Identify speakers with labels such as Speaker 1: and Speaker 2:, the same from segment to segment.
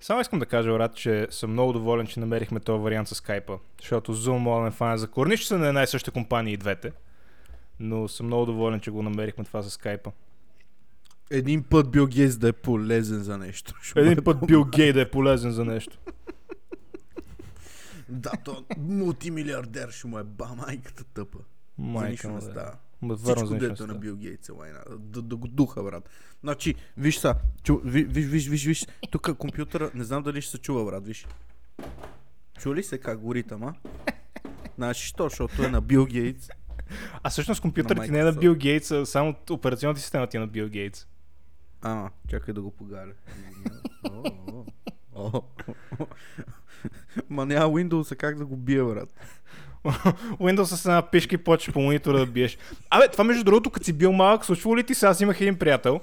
Speaker 1: Само искам да кажа, Орат, че съм много доволен, че намерихме този вариант с Skype, защото Zoom, Molen, Fan за Корниш са на една и съща компания и двете. Но съм много доволен, че го намерихме това с Skype.
Speaker 2: Един път Бил Гейтс да е полезен за нещо. Ще
Speaker 1: Един
Speaker 2: бъде
Speaker 1: път
Speaker 2: много-
Speaker 1: Бил Гей да е полезен за нещо.
Speaker 2: Да, то мултимилиардер ще му е ба майката тъпа. за
Speaker 1: Майка
Speaker 2: нищо
Speaker 1: му
Speaker 2: не
Speaker 1: да е.
Speaker 2: става.
Speaker 1: Ма, върна
Speaker 2: Всичко
Speaker 1: за
Speaker 2: дето на
Speaker 1: нещо.
Speaker 2: Бил Гейтс е лайна. Да, да го духа, брат. Значи, виж са, чу, ви, виж, виж, виж, виж, тук компютъра, не знам дали ще се чува, брат, виж. Чу ли се как гори тама? Знаеш ли що, защото е на Бил Гейтс.
Speaker 1: А всъщност компютърът
Speaker 2: На
Speaker 1: ти не е на
Speaker 2: Microsoft.
Speaker 1: Бил Гейтс, а само операционната система ти е на Бил Гейтс.
Speaker 2: А, чакай да го погаля. О, о, о. Ма няма Windows, а как да го бия, брат?
Speaker 1: Windows с една пишка и почваш по монитора да биеш. Абе, това между другото, като си бил малък, случва ли ти се? Аз имах един приятел,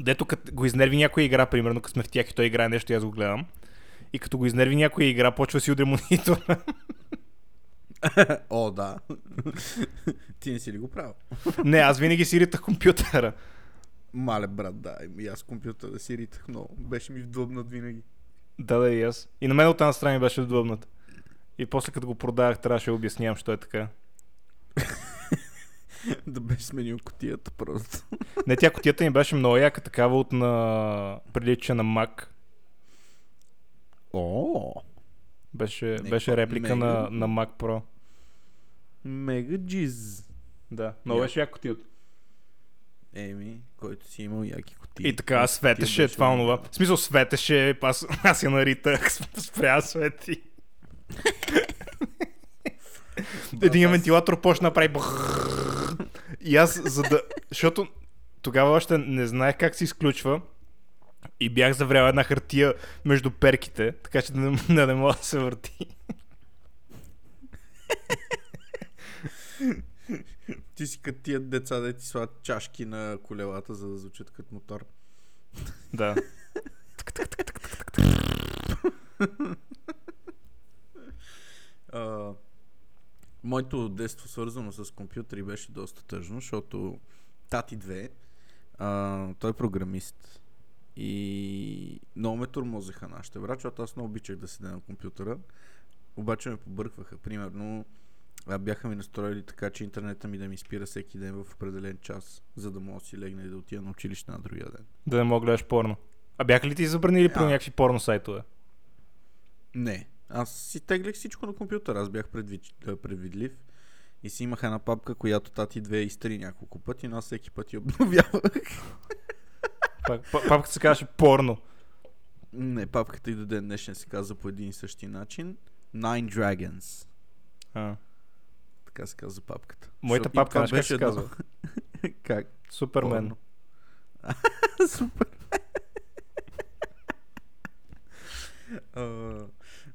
Speaker 1: дето като го изнерви някоя игра, примерно, като сме в тях и той играе нещо и аз го гледам. И като го изнерви някоя игра, почва да си удря монитора.
Speaker 2: О, да. Ти не си ли го правил?
Speaker 1: не, аз винаги си ритах компютъра.
Speaker 2: Мале, брат, да. И аз компютъра си ритах много. Беше ми вдъбнат винаги.
Speaker 1: Да, да, и аз. И на мен от една страна ми беше удобната. И после като го продавах, трябваше да обяснявам, що е така.
Speaker 2: да беше сменил котията просто.
Speaker 1: Не, тя котията ми беше много яка, такава от на... прилича на Mac.
Speaker 2: О,
Speaker 1: Беше,
Speaker 2: Някаква
Speaker 1: беше реплика
Speaker 2: мега.
Speaker 1: на, на Mac Pro.
Speaker 2: мега джиз.
Speaker 1: Да, много
Speaker 2: Я.
Speaker 1: беше яка котията.
Speaker 2: Еми, който си имал яки коти.
Speaker 1: И така, светеше
Speaker 2: беше
Speaker 1: това
Speaker 2: много
Speaker 1: онова. В смисъл, светеше, аз, аз я наритах, спря свети. Един вентилатор почна да прави брррр. И аз, за да... Защото тогава още не знаех как се изключва и бях заврял една хартия между перките, така че да не, да не мога да се върти.
Speaker 2: Ти си като тия деца, да ти слагат чашки на колелата, за да звучат като мотор.
Speaker 1: Да.
Speaker 2: А, моето детство, свързано с компютъри, беше доста тъжно, защото Тати 2, а, той е програмист. И много ме тормозеха нашите брат, защото аз много обичах да седя на компютъра. Обаче ме побъркваха. Примерно, а, бяха ми настроили така, че интернета ми да ми спира всеки ден в определен час, за да мога да си легна и да отида на училище на другия ден.
Speaker 1: Да не мога да гледаш порно. А бяха ли ти забранили при
Speaker 2: А.
Speaker 1: някакви порно сайтове?
Speaker 2: Не. Аз си теглих всичко на компютъра. Аз бях предвид, а, предвидлив. И си имах една папка, която тати две изтри няколко пъти, но аз всеки път я обновявах.
Speaker 1: Пак- па- Папката се казваше порно.
Speaker 2: Не, папката и до ден днешен се казва по един и същи начин. Nine Dragons.
Speaker 1: А.
Speaker 2: Така се казва папката.
Speaker 1: Моята
Speaker 2: Защо- и
Speaker 1: папка,
Speaker 2: това
Speaker 1: знаеш как се
Speaker 2: едно-
Speaker 1: казва?
Speaker 2: как?
Speaker 1: Супермен.
Speaker 2: Порно. Супер. А,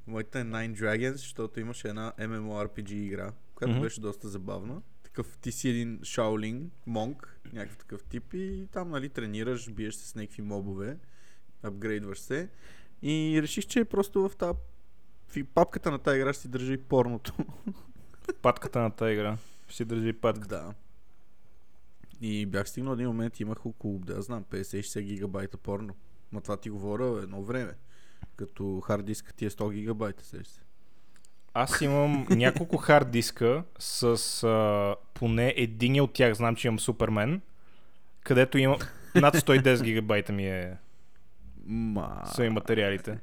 Speaker 2: Моята е Nine Dragons, защото имаше една MMORPG игра, която
Speaker 1: Мгм.
Speaker 2: беше доста забавна. Такъв, ти си един шаолин, монк, някакъв такъв тип и там, нали, тренираш, биеш се с някакви мобове, апгрейдваш се. И реших, че просто в тази папката на тази игра ще си държи и порното.
Speaker 1: Патката на тази игра. Ще си държи патката.
Speaker 2: Да. И бях стигнал един момент, имах около, да знам, 50-60 гигабайта порно. Ма това ти говоря едно време. Като хард диска ти е 100 гигабайта, сеш се.
Speaker 1: Аз имам няколко хард диска с а, поне един от тях, знам, че имам Супермен, където имам над 110 гигабайта ми е
Speaker 2: Ма.
Speaker 1: са и материалите.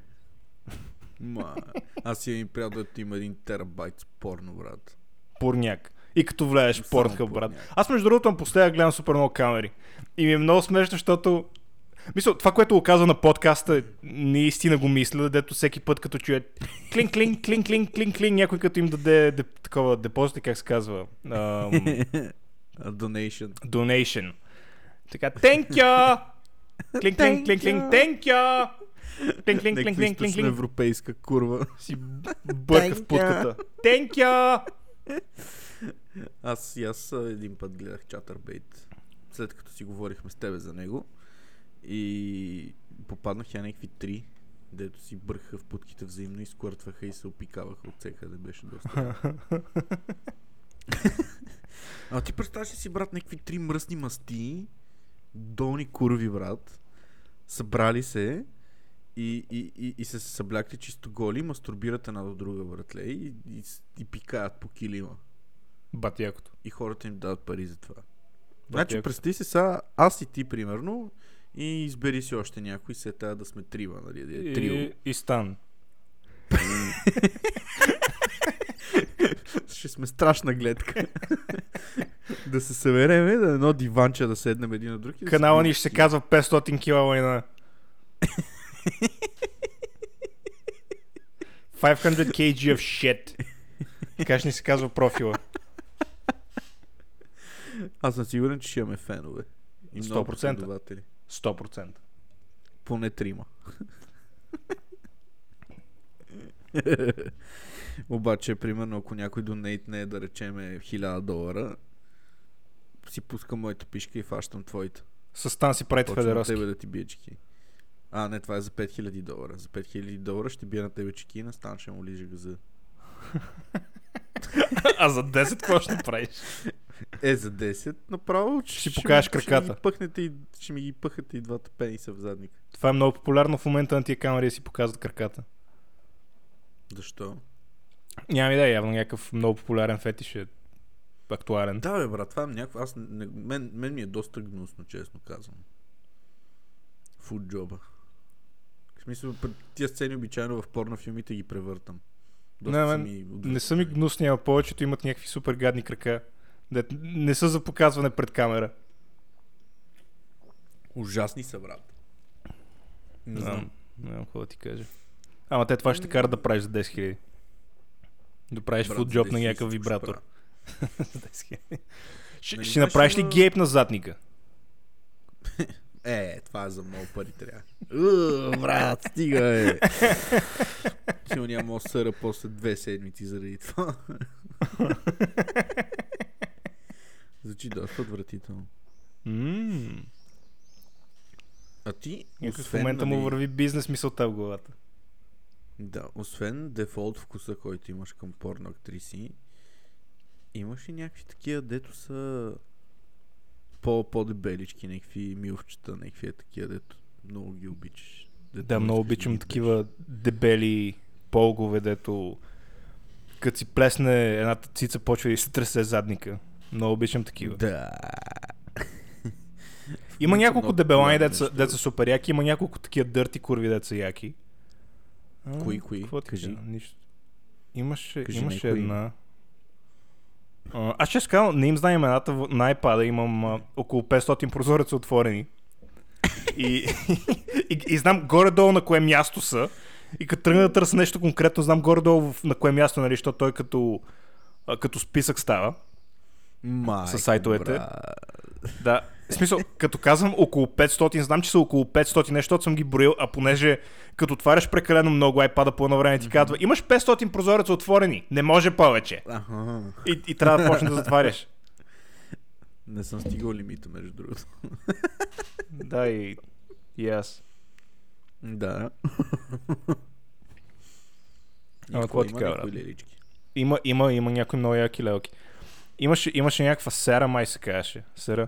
Speaker 2: Ма. Аз имам приятел, който има един терабайт с порно, брат.
Speaker 1: Порняк. И като влезеш в
Speaker 2: Само
Speaker 1: Pornhub, брат.
Speaker 2: порняк.
Speaker 1: Аз между другото напоследък гледам супер много камери. И ми е много смешно, защото мисля, това, което го казвам на подкаста, наистина го мисля, дето всеки път като чуя клин, клин, клин, клин, клин, клин, някой като им даде деп, такова депозит, как се казва, ам,
Speaker 2: А, Donation.
Speaker 1: donation. Така, thank you! Клин, клин, клин, клин, thank you! Клин, клин, клин,
Speaker 2: Някаква
Speaker 1: клин, клин, клин.
Speaker 2: източноевропейска курва.
Speaker 1: Си бърка в
Speaker 2: Thank you.
Speaker 1: путката. Thank you!
Speaker 2: Аз и аз а, един път гледах Чатърбейт, след като си говорихме с тебе за него. И попаднах я някакви три, дето си бъркаха в путките взаимно, изкъртваха и се опикаваха от всекъде. Беше доста. а ти представяш ли си, брат, някакви три мръсни масти, долни курви, брат, събрали се И, и, и, и се съблякли чисто голи, мастурбират една до друга, братле, и, и, с- и пикаят по килима.
Speaker 1: Бат якото.
Speaker 2: И хората им дават пари за това.
Speaker 1: Бат
Speaker 2: Значи,
Speaker 1: якото.
Speaker 2: представи си сега, аз и ти, примерно, и избери си още някой, се трябва да сме трима, нали, да е трио.
Speaker 1: И, и Стан.
Speaker 2: Ще сме страшна гледка. да се събереме, да на едно диванче да седнем един на друг. и да си
Speaker 1: Канала ни
Speaker 2: пием
Speaker 1: ще се
Speaker 2: виски.
Speaker 1: казва 500 кила война. 500 kg of shit. Така ще ни се казва профила.
Speaker 2: Аз съм сигурен, че ще имаме фенове. И много
Speaker 1: 100%.
Speaker 2: последователи.
Speaker 1: 100%.
Speaker 2: Поне трима. Обаче, примерно, ако някой донейтне, да речеме, 1000 долара, си пускам моите пишки и фащам твоите.
Speaker 1: С Стан си правите
Speaker 2: Почвам на
Speaker 1: федероски.
Speaker 2: тебе да ти бие чеки. А, не, това е за 5000 долара. За 5000 долара ще бия на тебе чеки и на Стан ще му лижа газа.
Speaker 1: А за 10 какво ще правиш?
Speaker 2: Е, за 10 направо ще,
Speaker 1: Ще покажеш
Speaker 2: ми- Ще
Speaker 1: краката.
Speaker 2: ми, ги пъхнете и, ще ми ги пъхате и двата пениса в задника.
Speaker 1: Това е много популярно в момента на тия камери да си показват краката.
Speaker 2: Защо?
Speaker 1: Нямам идея, явно някакъв много популярен фетиш е актуален.
Speaker 2: Да, бе, брат, това е някакво... Аз не, мен, мен ми е доста гнусно, честно казвам. Фуд джоба. В смисъл, пр- тия сцени обичайно в порнофилмите ги превъртам. Доста
Speaker 1: Не,
Speaker 2: са
Speaker 1: мен
Speaker 2: ми
Speaker 1: Не са ми
Speaker 2: отвратителни.
Speaker 1: гнусни, а повечето имат някакви супер гадни крака. Де не са за показване пред камера.
Speaker 2: Ужасни са, брат. Не
Speaker 1: Не
Speaker 2: знам.
Speaker 1: знам. Не знам какво да ти кажа. Ама те това ще те кара да правиш за 10 000. Да правиш
Speaker 2: Брат,
Speaker 1: фуд джоб
Speaker 2: десни
Speaker 1: на
Speaker 2: си
Speaker 1: някакъв
Speaker 2: ще
Speaker 1: вибратор.
Speaker 2: правя.
Speaker 1: За 10 000. Ще,
Speaker 2: Нали
Speaker 1: ще
Speaker 2: знаеш,
Speaker 1: направиш ли
Speaker 2: има-
Speaker 1: гейп на задника?
Speaker 2: Е, това е за много пари трябва. Уу, брат, стига е. Сигурно няма да осъра после две седмици заради това. Звучи доста отвратително.
Speaker 1: Ммм.
Speaker 2: А ти,
Speaker 1: Някой в
Speaker 2: освен,
Speaker 1: момента
Speaker 2: нали,
Speaker 1: му върви бизнес мисълта в главата.
Speaker 2: Да, освен дефолт вкуса, който имаш към порно актриси, имаш и някакви такива, дето са по- по-дебелички, някакви милфчета, някакви е такива, дето много ги обичаш. Дето
Speaker 1: Да,
Speaker 2: не
Speaker 1: много
Speaker 2: искаш да
Speaker 1: обичам
Speaker 2: ги
Speaker 1: такива дебели полгове, дето като си плесне едната цица, почва и се тресе задника. Много обичам такива. Да.
Speaker 2: Да.
Speaker 1: Има няколко
Speaker 2: много
Speaker 1: дебелани
Speaker 2: популярно
Speaker 1: деца,
Speaker 2: нещо.
Speaker 1: деца супер яки, има няколко такива дърти курви деца яки. А,
Speaker 2: Кои, кои?
Speaker 1: какво ти
Speaker 2: Кажи.
Speaker 1: кажа? Нищо. Имаше,
Speaker 2: Кажи
Speaker 1: имаше
Speaker 2: някои.
Speaker 1: една... А, Аз ще казвам, не им знам имената, в- на iPad имам а, около 500 прозореца отворени. И, и, и знам горе-долу на кое място са. И като тръгна да търся нещо конкретно, знам горе-долу в- на кое място, нали, защото той като, а, като списък става.
Speaker 2: Майко,
Speaker 1: Със сайтовете.
Speaker 2: брат.
Speaker 1: Да. В смисъл, като казвам около 500, знам, че са около 500 нещо, защото съм ги броил, а понеже като отваряш прекалено много iPad-а по едно време ти казва, имаш 500 прозореца отворени, не може повече.
Speaker 2: Аха.
Speaker 1: И, и трябва да почнеш да затваряш.
Speaker 2: Не съм стигал лимита, между другото.
Speaker 1: Да, и, и аз.
Speaker 2: Да.
Speaker 1: Ама какво ти кажа, брат?
Speaker 2: лелички?
Speaker 1: Има, има, има някои много яки лелки. Имаше, имаше някаква сера, май се казваше. Сера.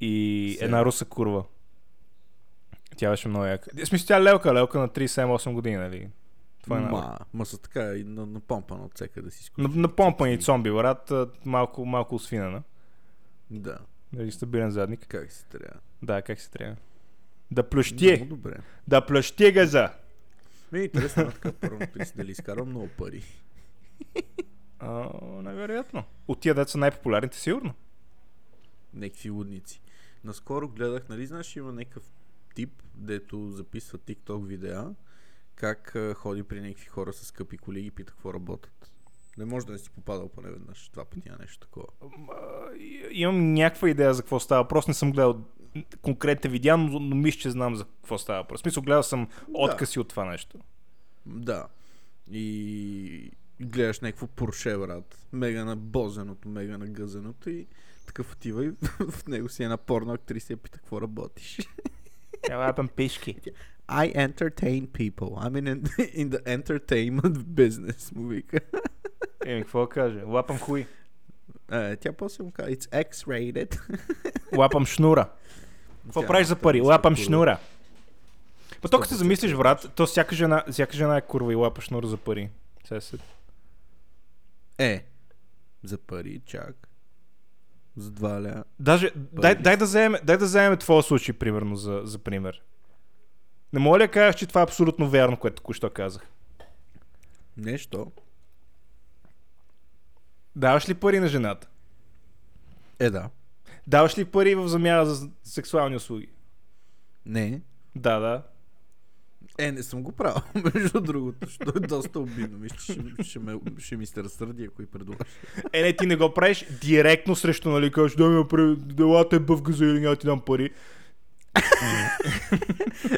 Speaker 1: И
Speaker 2: Сера.
Speaker 1: една руса курва. Тя беше много яка. В смисъл, тя е лелка, лелка на 37-8 години, нали? Това е на...
Speaker 2: Ма, ма са така и на, напомпана от всека да си скучи.
Speaker 1: На, на помпани зомби, брат, а, малко, малко освинена.
Speaker 2: Да,
Speaker 1: Нали, стабилен задник.
Speaker 2: как си трябва.
Speaker 1: Да, как се трябва. Да плющи!
Speaker 2: Много добре.
Speaker 1: Да плющи газа!
Speaker 2: Ми е интересно на така първо си дали изкарам много пари.
Speaker 1: А, невероятно. От тия деца най-популярните, сигурно.
Speaker 2: Некви лудници. Наскоро гледах, нали знаеш, има някакъв тип, дето записва TikTok видеа, как а, ходи при някакви хора с скъпи коли и ги пита какво работят. Не може да не си попадал поне веднъж два пъти на нещо такова.
Speaker 1: М, а, и- имам някаква идея за какво става. Просто не съм гледал конкретните видеа, но, но мисля, че знам за какво става. Просто смисъл, гледал съм откъси от това нещо.
Speaker 2: Да. И гледаш някакво Порше, брат. Мега набозеното, мега нагъзеното и такъв отива и в него си една порно актриса и я пита какво работиш.
Speaker 1: Ела пен пешки.
Speaker 2: I entertain people. I'm in, in the entertainment business, му вика.
Speaker 1: Еми, какво да кажа? Лапам хуй.
Speaker 2: Е, тя после му казва, it's X-rated.
Speaker 1: Лапам шнура. Какво
Speaker 2: Тя е
Speaker 1: правиш за
Speaker 2: му
Speaker 1: пари?
Speaker 2: търси
Speaker 1: Лапам
Speaker 2: курва.
Speaker 1: шнура. Па то като се замислиш, брат, то всяка жена, всяка жена е курва и лапа шнур за пари. Сега се...
Speaker 2: Е, за пари, чак. За два ля.
Speaker 1: Даже, дай, дай, да вземем, дай да вземем твоя случай, примерно, за, за пример. Не мога ли да кажеш, че това е абсолютно вярно, което току-що казах?
Speaker 2: Нещо.
Speaker 1: Даваш ли пари на жената?
Speaker 2: Е, да.
Speaker 1: Даваш ли пари в замяна за сексуални услуги?
Speaker 2: Не.
Speaker 1: Да, да.
Speaker 2: Е, не съм го правил, между другото, защото е доста обидно. Мисля, че ще, ще, ме, ще ми се разсърди, ако и предлагаш.
Speaker 1: Е, не, ти не го правиш директно срещу, нали, кажеш, да ми направи, дела те бъв газа или няма ти дам пари.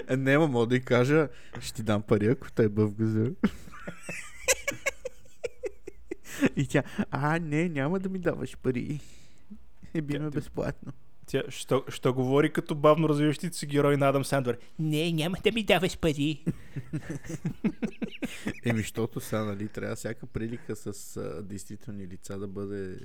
Speaker 2: Е, не, ма мога да й кажа, ще ти дам пари, ако те е бъв газа. И тя, а, не, няма да ми даваш пари. Е,
Speaker 1: Тя-
Speaker 2: биме
Speaker 1: тя-
Speaker 2: безплатно.
Speaker 1: Тя, що, що говори като бавно развиващите се герой на Адам Сандвер.
Speaker 3: Не, няма да ми даваш пари.
Speaker 2: Еми, защото сега, нали, трябва всяка прилика с а, действителни лица да бъде,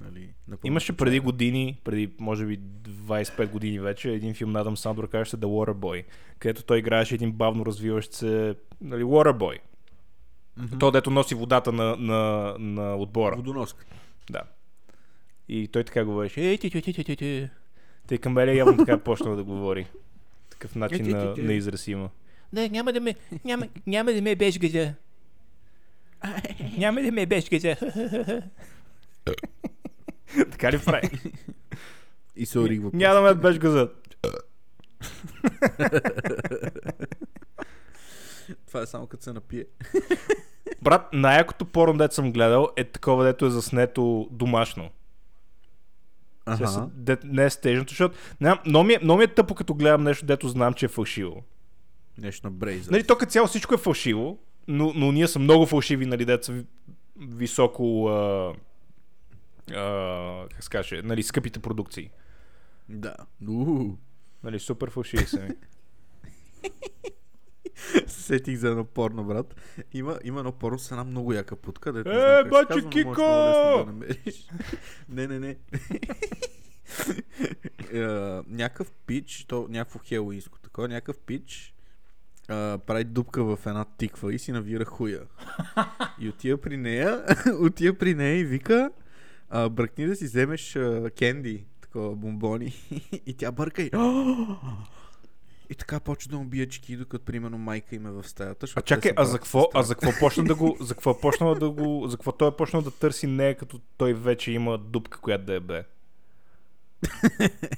Speaker 2: нали, напълно
Speaker 1: Имаше
Speaker 2: случайна.
Speaker 1: преди години, преди може би 25 години вече, един филм на Адам Сандвер, казваше The Waterboy, където той играеше един бавно развиващ се, нали, Waterboy.
Speaker 2: Мгм.
Speaker 1: То, дето носи водата на, на, на отбора.
Speaker 2: Водоноска.
Speaker 1: Да. И той така говореше. Ей, ти, ти, ти, ти, ти, ти. Тъй Камбелия явно така почна да говори. Такъв начин
Speaker 2: ти, ти,
Speaker 1: на,
Speaker 2: ти.
Speaker 1: на израз има.
Speaker 3: Не, няма да ме, няма, няма да ме беш газа. Няма да ме беш газа.
Speaker 1: така ли прави?
Speaker 2: И се оригва.
Speaker 1: Няма да ме беш газа.
Speaker 2: Това е само като се напие.
Speaker 1: Брат, най-якото порно, дето съм гледал, е такова, дето е заснето домашно. Те са- Де, не е стежното, защото ням, но, ми е, но ми е тъпо, като гледам нещо, дето знам, че е фалшиво.
Speaker 2: Нещо на Брейзър.
Speaker 1: Нали, то като цяло всичко е фалшиво, но, но ние са много фалшиви, нали, дето са ви- високо... А, а, как се каже, нали, скъпите продукции.
Speaker 2: Да. Уу.
Speaker 1: Нали, супер фалшиви са ми.
Speaker 2: Сетих за едно порно, брат. Има, има едно порно с една много яка путка. Дето не
Speaker 1: Е,
Speaker 2: знам как
Speaker 1: бачи
Speaker 2: се казва, но можеш
Speaker 1: Кико!
Speaker 2: много лесно да намериш. не, не, не. Е, някакъв пич, то някакво хелоинско такова, някакъв пич а, прави дупка в една тиква и си навира хуя. И отива при нея, отива при нея и вика, а, бръкни да си вземеш а, кенди, такова бомбони. и тя бърка и... И така почва да му бие чеки, докато примерно майка им е в стаята.
Speaker 1: А
Speaker 2: защото те
Speaker 1: чакай,
Speaker 2: са
Speaker 1: а
Speaker 2: брат
Speaker 1: за
Speaker 2: и
Speaker 1: какво,
Speaker 2: сестра.
Speaker 1: а за какво почна да го, за какво почна да го, за какво той е почнал да търси нея, като той вече има дупка, която да е бе? Защо това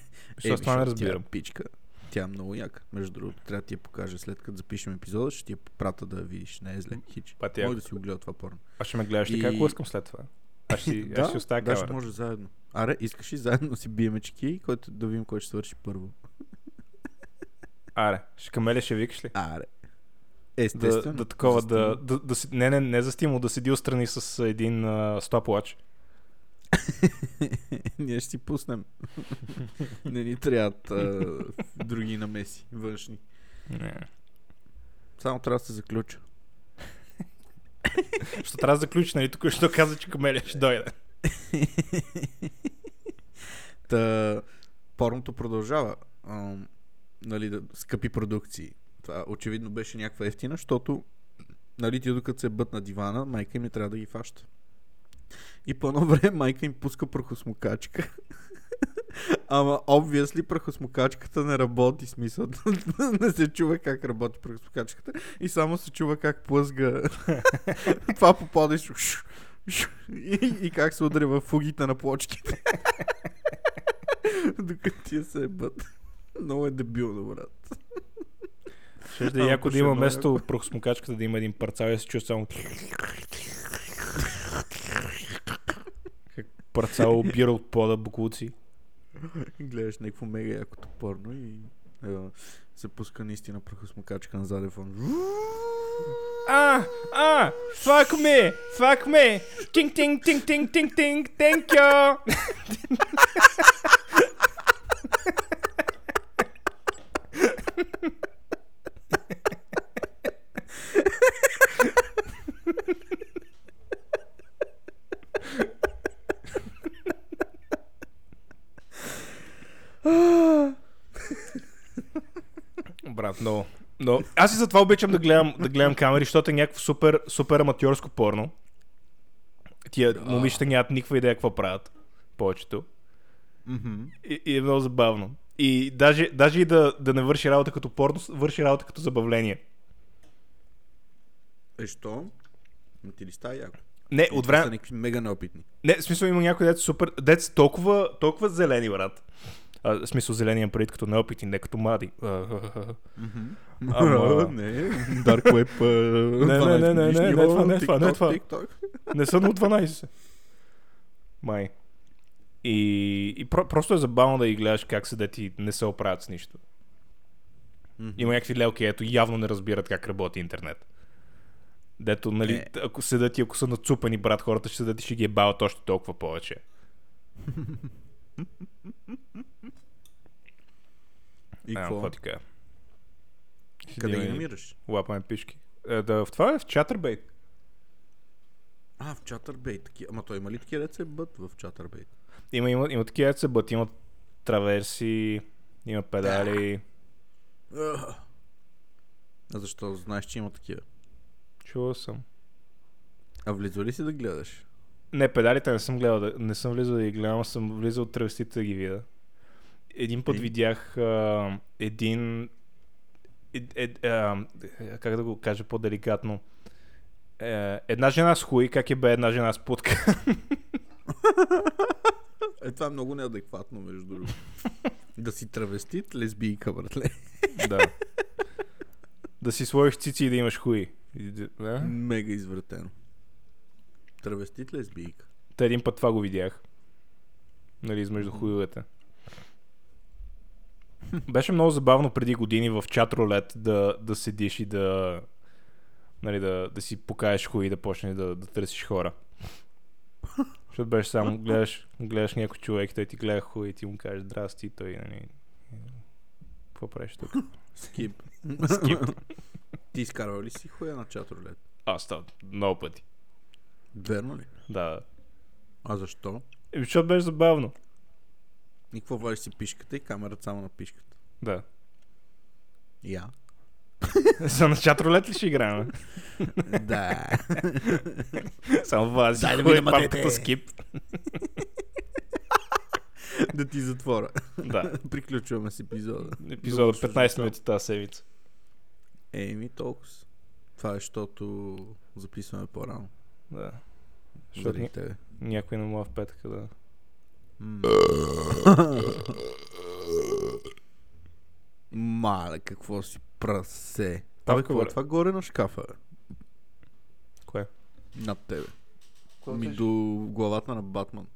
Speaker 1: не
Speaker 2: защото Тя,
Speaker 1: разбирам.
Speaker 2: е пичка. Тя е много яка. Между другото, трябва да ти я покажа след като запишем епизода, ще ти я прата да я видиш. Не е зле. Хич.
Speaker 1: Па ти
Speaker 2: Може
Speaker 1: яко.
Speaker 2: да си го гледа това порно.
Speaker 1: Аз ще ме гледаш така,
Speaker 2: И-
Speaker 1: ако искам след това. Аз ще, да, аз ще оставя
Speaker 2: да, ще
Speaker 1: камера.
Speaker 2: може заедно. Аре, искаш ли заедно да си бием чеки, който да видим кой ще свърши първо.
Speaker 1: Аре, ще камеля ще викаш ли?
Speaker 2: Аре.
Speaker 1: Да,
Speaker 2: Естествено.
Speaker 1: да такова,
Speaker 2: за
Speaker 1: да,
Speaker 2: стимул.
Speaker 1: да, да, си- не, не, не за стимул, да седи отстрани с един а, стоплач.
Speaker 2: Ние ще си пуснем. не ни трябват а, други намеси, външни. Само трябва да се заключа.
Speaker 1: Ще трябва да заключи, нали? Тук ще каза, че камеля
Speaker 2: Е,
Speaker 1: ще дойде.
Speaker 2: Та, порното продължава. Ам, нали, да, скъпи продукции. Това очевидно беше някаква ефтина, защото нали, ти докато се бът на дивана, майка им не трябва да ги фаща. И по едно време майка им пуска прахосмокачка. Ама, обвисли прахосмокачката не работи, смисъл. не се чува как работи прахосмокачката и само се чува как плъзга това попада и, шу- шу- шу- и, и как се удря в фугите на плочки. Докато тия се ебат. Много е дебилно, брат.
Speaker 1: Ще да
Speaker 2: Ама
Speaker 1: е яко да
Speaker 2: ще е
Speaker 1: има
Speaker 2: много
Speaker 1: место прохосмокачката да има един парцал и се чува само... Как парцал бира от пода буклуци.
Speaker 2: Гледаш някакво мега якото порно и е, се пуска наистина прахосмокачка на заден фон.
Speaker 1: А, а, fuck me, fuck me. Тинг, тинг, тинг, тинг, тинг, тинг, thank you. Брат, брат, много. Но аз и затова обичам да гледам, да гледам камери, защото е някакво супер, супер аматьорско порно. Тия момичета нямат никаква идея какво правят. Повечето.
Speaker 2: Мгм.
Speaker 1: И, и е много забавно. И даже, даже и да, да не върши работа като порно, върши работа като забавление.
Speaker 2: Е, що? Ма Ти ли става яко?
Speaker 1: Не,
Speaker 2: И
Speaker 1: от
Speaker 2: това
Speaker 1: време,
Speaker 2: Са някакви мега неопитни.
Speaker 1: Не, в смисъл има някои деца супер... Деца толкова, толкова зелени, брат. А, в смисъл зелени имам преди като неопитни, не като млади. А, Ама-
Speaker 2: не, Dark Web. е,
Speaker 1: не, не, не, не, не, не, не, това, не, това, не, това.
Speaker 2: TikTok.
Speaker 1: Не съм от 12. Май. И, и про, просто е забавно да ги гледаш как се дети не се оправят с нищо.
Speaker 2: Мгм.
Speaker 1: Има някакви лелки, ето явно не разбират как работи интернет. Дето, нали,
Speaker 2: Е.
Speaker 1: ако седат и ако са нацупани, брат, хората ще седат и ще ги ебават още толкова повече.
Speaker 2: И
Speaker 1: А,
Speaker 2: какво?
Speaker 1: какво ти кажа?
Speaker 2: Къде ги
Speaker 1: Един-
Speaker 2: намираш?
Speaker 1: Лапаме пишки. Е, да, в това е в Чатърбейт.
Speaker 2: А, в Чатърбейт. таки- Ама той има ли такива деца бъд в Чатърбейт?
Speaker 1: Има, има, има такива деца, бъд, имат траверси, има педали.
Speaker 2: А защо знаеш, че има такива?
Speaker 1: Чувал съм.
Speaker 2: А влиза ли си да гледаш?
Speaker 1: Не, педалите не съм гледал, да, не съм влизал да ги гледам, а съм влизал от травестите да ги видя. Един път
Speaker 2: Ей.
Speaker 1: видях а, един... Е, е, а, как да го кажа по-деликатно? Е, една жена с хуй, как е бе една жена с путка.
Speaker 2: Е, това е много неадекватно, между другото. да си травестит, лесбийка, братле.
Speaker 1: да. Да си сложиш цици и да имаш хуи. И да- а?
Speaker 2: Мега извратено. Травестит лесбийка.
Speaker 1: Та един път това го видях. Нали, измежду хуйовете. Беше много забавно преди години в чат рулет да, да седиш и да, нали, да, да си покаеш хуи и да почнеш да, да търсиш хора. Защото беше само, гледаш, гледаш някой човек, той ти гледа хуй и ти му кажеш здрасти и той, нали... Какво правиш тук?
Speaker 2: Скип.
Speaker 1: Скип.
Speaker 2: Ти изкарвал ли си хуя на чатролет?
Speaker 1: Аз става много пъти.
Speaker 2: Верно ли?
Speaker 1: Да.
Speaker 2: А защо?
Speaker 1: Еми, Защото беше забавно.
Speaker 2: И какво вадиш си пишката и камерата само на пишката?
Speaker 1: Да.
Speaker 2: Я.
Speaker 1: За на чат рулет ли ще играем?
Speaker 2: да.
Speaker 1: Само вази.
Speaker 2: Дай да
Speaker 1: хуй,
Speaker 2: ви намътете.
Speaker 1: папката скип.
Speaker 2: да ти затвора.
Speaker 1: Да.
Speaker 2: Приключваме с епизода.
Speaker 1: Епизода
Speaker 2: Много
Speaker 1: 15
Speaker 2: сложно.
Speaker 1: минути тази седмица.
Speaker 2: Еми, толкова. Това е, защото записваме по-рано.
Speaker 1: Да. Защото
Speaker 2: Заради
Speaker 1: ня-
Speaker 2: тебе.
Speaker 1: някой не мога в петък да.
Speaker 2: Мале, какво си прасе.
Speaker 1: Павка,
Speaker 2: Абе, какво е
Speaker 1: бре.
Speaker 2: това горе на шкафа? бе?
Speaker 1: Кое?
Speaker 2: Над тебе. Ми Ами до главата на Батман.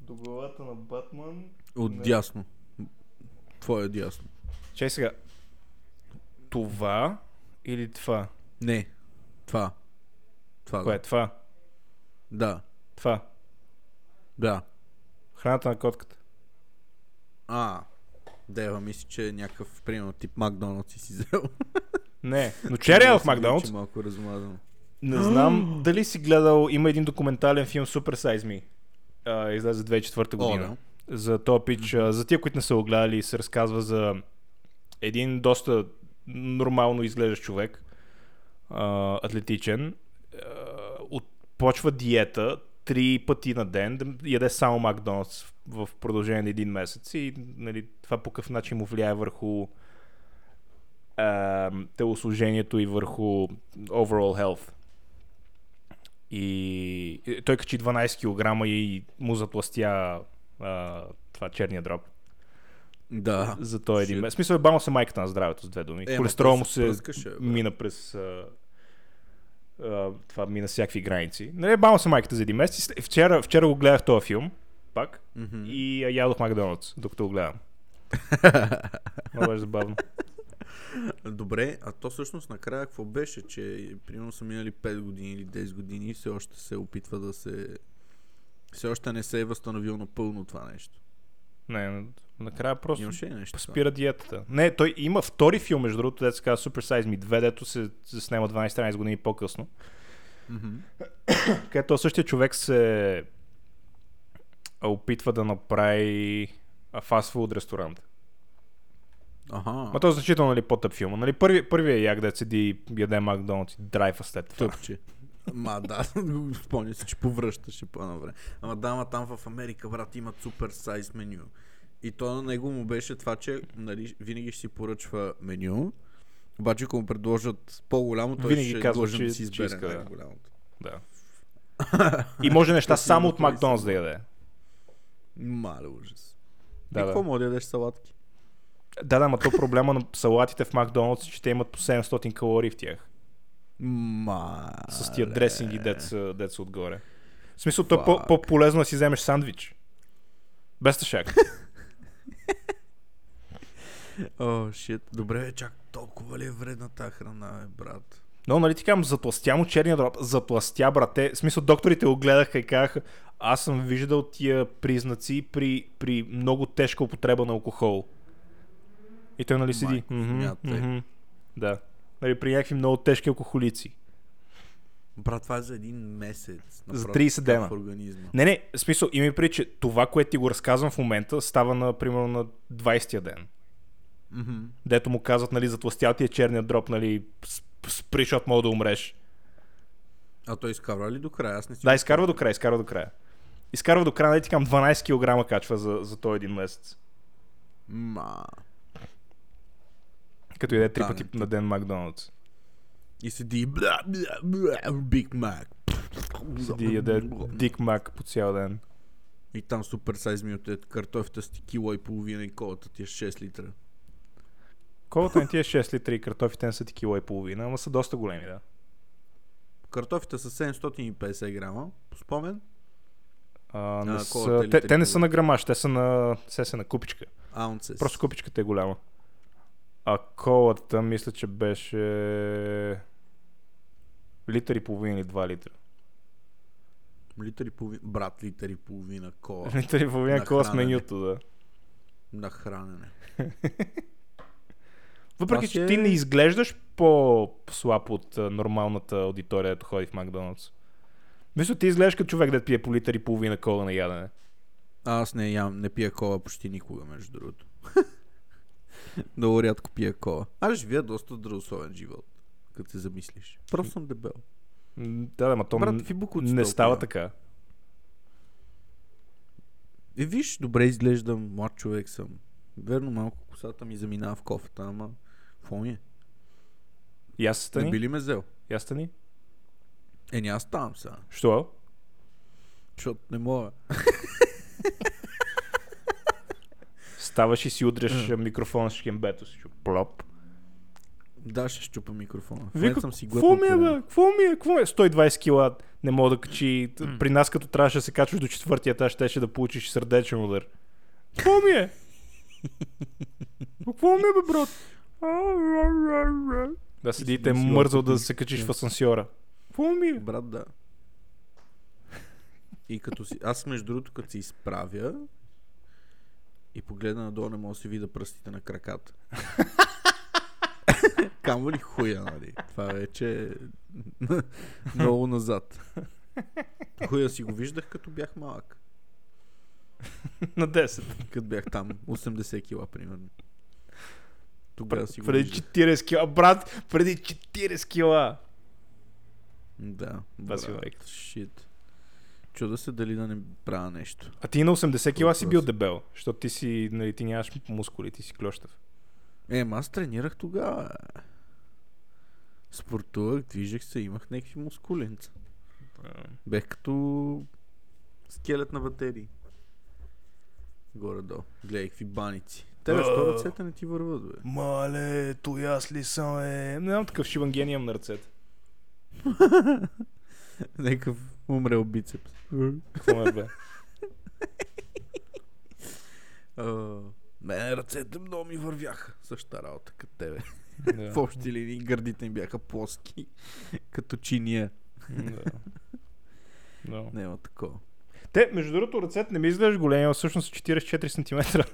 Speaker 1: До главата на Батман.
Speaker 2: От
Speaker 1: Не.
Speaker 2: дясно. Твое дясно.
Speaker 1: Чай сега. Това или това?
Speaker 2: Не. Това. Това.
Speaker 1: Кое? е Това.
Speaker 2: Да.
Speaker 1: Това.
Speaker 2: Да.
Speaker 1: Храната на котката.
Speaker 2: А. Дева, мисля, че е някакъв, примерно, тип Макдоналдс и си взел.
Speaker 1: Не. Но черя в
Speaker 2: Мисля, че
Speaker 1: Е, Макдоналдс.
Speaker 2: Малко е размазано.
Speaker 1: Не знам дали си гледал. Има един документален филм Super Size Me. А, излезе 2004
Speaker 2: О,
Speaker 1: година.
Speaker 2: да.
Speaker 1: за този пич. а, За тия, които не са го гледали, се разказва за един доста нормално изглеждащ човек, а, атлетичен, а, от, почва диета три пъти на ден, да яде само Макдоналдс в- в продължение на един месец и нали, това по какъв начин му влияе върху а, телосложението и върху overall health. И и той качи 12 кг и му затластя а, това черния дроб.
Speaker 2: Да.
Speaker 1: За този един
Speaker 2: Shit.
Speaker 1: месец. В смисъл е бано се майката на здравето, с две думи.
Speaker 2: Е, ама
Speaker 1: Холестерол
Speaker 2: той
Speaker 1: му се
Speaker 2: пръскаше, бе.
Speaker 1: мина през... А, а, това мина всякакви граници. Нали, бано се майката за един месец. И след- Вчера, вчера го гледах този филм, пак,
Speaker 2: Мгм.
Speaker 1: и а, ядох Макдоналдс, докато го гледам. Много беше забавно.
Speaker 2: Добре, а то всъщност накрая какво беше, че примерно са минали 5 години или 10 години и все още се опитва да се... Все още не се е възстановил напълно това нещо.
Speaker 1: Не, накрая просто...
Speaker 2: Имаше ли нещо? такова?
Speaker 1: Спира диетата. Не, той има втори филм, между другото, дето се казва Super Size Me 2, дето се заснема 12-13 години по-късно.
Speaker 2: Мгм.
Speaker 1: Където същия човек се опитва да направи фастфуд ресторант.
Speaker 2: Аха.
Speaker 1: Ма то е значително нали, по-тъп филма. Нали, първи, първият як да седи и яде Макдоналдс и драйва след това.
Speaker 2: Тъпче. Ма да, спомня си, че повръщаше по едно време. Ама да, ма там в Америка, брат, имат супер сайз меню. И то на него му беше това, че нали, винаги ще си поръчва меню, обаче ако му предложат по-голямо, той
Speaker 1: Винаги
Speaker 2: ще е
Speaker 1: казва,
Speaker 2: длъжен
Speaker 1: че-
Speaker 2: да си
Speaker 1: че
Speaker 2: избере
Speaker 1: иска да.
Speaker 2: най-голямото.
Speaker 1: Да. И може неща
Speaker 2: Красиво
Speaker 1: само от
Speaker 2: написано.
Speaker 1: Макдоналдс да яде.
Speaker 2: Мале ужас.
Speaker 1: Да,
Speaker 2: Да, и какво
Speaker 1: да.
Speaker 2: мога да ядеш салатки?
Speaker 1: Да, да, ма то проблема на салатите в Макдоналдс е, че те имат по 700 калории в тях.
Speaker 2: Ма.
Speaker 1: С тия дресинги, дет са, дет са отгоре. В смисъл, то е по-
Speaker 2: Фак.
Speaker 1: по-полезно да си вземеш сандвич. Без тъшак.
Speaker 2: О, шит. Добре, бе, чак толкова ли е вредна тази храна, бе, брат?
Speaker 1: Но, нали ти казвам, затластя му черния дроб. Затластя, брате. В смисъл, докторите го гледаха и казаха, аз съм виждал тия признаци при, при много тежка употреба на алкохол. И той, нали, седи.
Speaker 2: Майко,
Speaker 1: «Мгм,
Speaker 2: смятай».
Speaker 1: мгм, Да. Нали, при някакви много тежки алкохолици.
Speaker 2: Брат, това е за един месец.
Speaker 1: За
Speaker 2: Направо
Speaker 1: 30
Speaker 2: такъв
Speaker 1: дена.
Speaker 2: Организма.
Speaker 1: Не, не, в смисъл, имай преди, че това, което ти го разказвам в момента, става, на, примерно, на 20-я ден.
Speaker 2: Мгм.
Speaker 1: Дето му казват, нали, затластял ти е черния дроб, нали, сп- спри, защото мога да умреш.
Speaker 2: А той изкарва ли до края? Аз не си
Speaker 1: Да, изкарва до края, изкарва до края. Изкарва до края, нали, ти към 12 кг качва за, за този един месец.
Speaker 2: Ма.
Speaker 1: Като яде три
Speaker 2: Да,
Speaker 1: пъти
Speaker 2: не,
Speaker 1: на ден Макдоналдс.
Speaker 2: И седи бля, бля, бля, Биг Мак.
Speaker 1: Седи и яде Дик Мак по цял ден.
Speaker 2: И там супер сайз ми е картофта с ти кило и половина и колата ти е 6 литра.
Speaker 1: Колата не ти е 6 литра и картофите не са ти кило и половина, ама са доста големи, да.
Speaker 2: Картофите са 750 грама, по спомен.
Speaker 1: А, не
Speaker 2: А, колата
Speaker 1: са,
Speaker 2: е
Speaker 1: те,
Speaker 2: литър
Speaker 1: те,
Speaker 2: и
Speaker 1: не са
Speaker 2: половина.
Speaker 1: на грамаж, те са на, се са на купичка.
Speaker 2: Аунцес.
Speaker 1: Просто купичката е голяма. А колата, мисля, че беше литър и половина или 2 литра.
Speaker 2: Литър и половина. Брат, литър и половина кола.
Speaker 1: Литър и половина
Speaker 2: На
Speaker 1: кола с
Speaker 2: хранене.
Speaker 1: менюто, да.
Speaker 2: на хранене.
Speaker 1: Въпреки,
Speaker 2: Това
Speaker 1: че
Speaker 2: си
Speaker 1: ти
Speaker 2: е-
Speaker 1: не изглеждаш по-слаб от а, нормалната аудитория, дето ходи в Макдоналдс. Мисля, ти изглеждаш като човек, да пие по литър и половина кола на ядене.
Speaker 2: А, Аз не ям, не пия кола почти никога, между другото. Много рядко пия кола. Аз живея доста здравословен живот, като се замислиш. Просто съм дебел.
Speaker 1: М, Да, да, ма то
Speaker 2: Брат,
Speaker 1: н-
Speaker 2: какви букуци
Speaker 1: не
Speaker 2: толкова?
Speaker 1: става така.
Speaker 2: Е, виж, добре изглеждам, млад човек съм. Верно, малко косата ми заминава в кофата, ама какво ми е?
Speaker 1: Я се
Speaker 2: Не би
Speaker 1: стани.
Speaker 2: ли ме взел?
Speaker 1: Я се стани.
Speaker 2: Е, няма ставам сега,
Speaker 1: Що?
Speaker 2: защото не мога.
Speaker 1: Ставаш и си удреш а, микрофона с шкембето си. чу- Плоп.
Speaker 2: Да, ще щупа микрофона. В момента
Speaker 1: Вика,
Speaker 2: съм си
Speaker 1: какво ми е,
Speaker 2: глътнал
Speaker 1: бе? Какво ми е? Какво ми е? 120 кила не мога да качи. Т- При нас, като трябваше да се качваш до четвъртия етаж, щеше да получиш сърдечен удар. Какво ми е? Какво ми е, бе, брат? Да седите
Speaker 2: си
Speaker 1: мързал
Speaker 2: лапата
Speaker 1: да се качиш в асансьора. Какво ми
Speaker 2: пелена.
Speaker 1: е?
Speaker 2: Брат, да. И като си... Аз, между другото, като се изправя и погледна надолу, не мога да си видя пръстите на краката. Камо ли хуя, нали? Това вече е много назад. Хуя си го виждах, като бях малък.
Speaker 1: На 10.
Speaker 2: Като бях там, 80 кила, примерно. Тогава си го
Speaker 1: Преди
Speaker 2: виждах.
Speaker 1: 40 кила, брат, преди 40 кила.
Speaker 2: Да.
Speaker 1: Това си
Speaker 2: брат,
Speaker 1: майката.
Speaker 2: Shit. Чуда се дали да не правя нещо.
Speaker 1: А ти на 80 кила си бил
Speaker 2: Въпрос.
Speaker 1: дебел, защото ти си, нали, ти нямаш мускули, ти си клющав.
Speaker 2: Е, ма аз тренирах тогава. бе. Спортувах, движех се, имах някакви мускулинца. Бех като скелет на батерии. Горе-долу. Гледай какви баници. Те бе, що
Speaker 1: А.
Speaker 2: ръцете не ти върват, бе?
Speaker 1: Мале, той аз ли съм, е? Нямам такъв шибан гений имам на ръцете.
Speaker 2: Някакъв умрел бицепс.
Speaker 1: Какво ме бе?
Speaker 2: А, Е. Мене ръцете много ми вървяха. Същата работа като тебе. В
Speaker 1: Да.
Speaker 2: общи линии гърдите им бяха плоски. като чиния.
Speaker 1: Да. Да.
Speaker 2: Няма такова.
Speaker 1: Те, между другото, ръцете не ми изглеждаш големи, а всъщност са 44 см.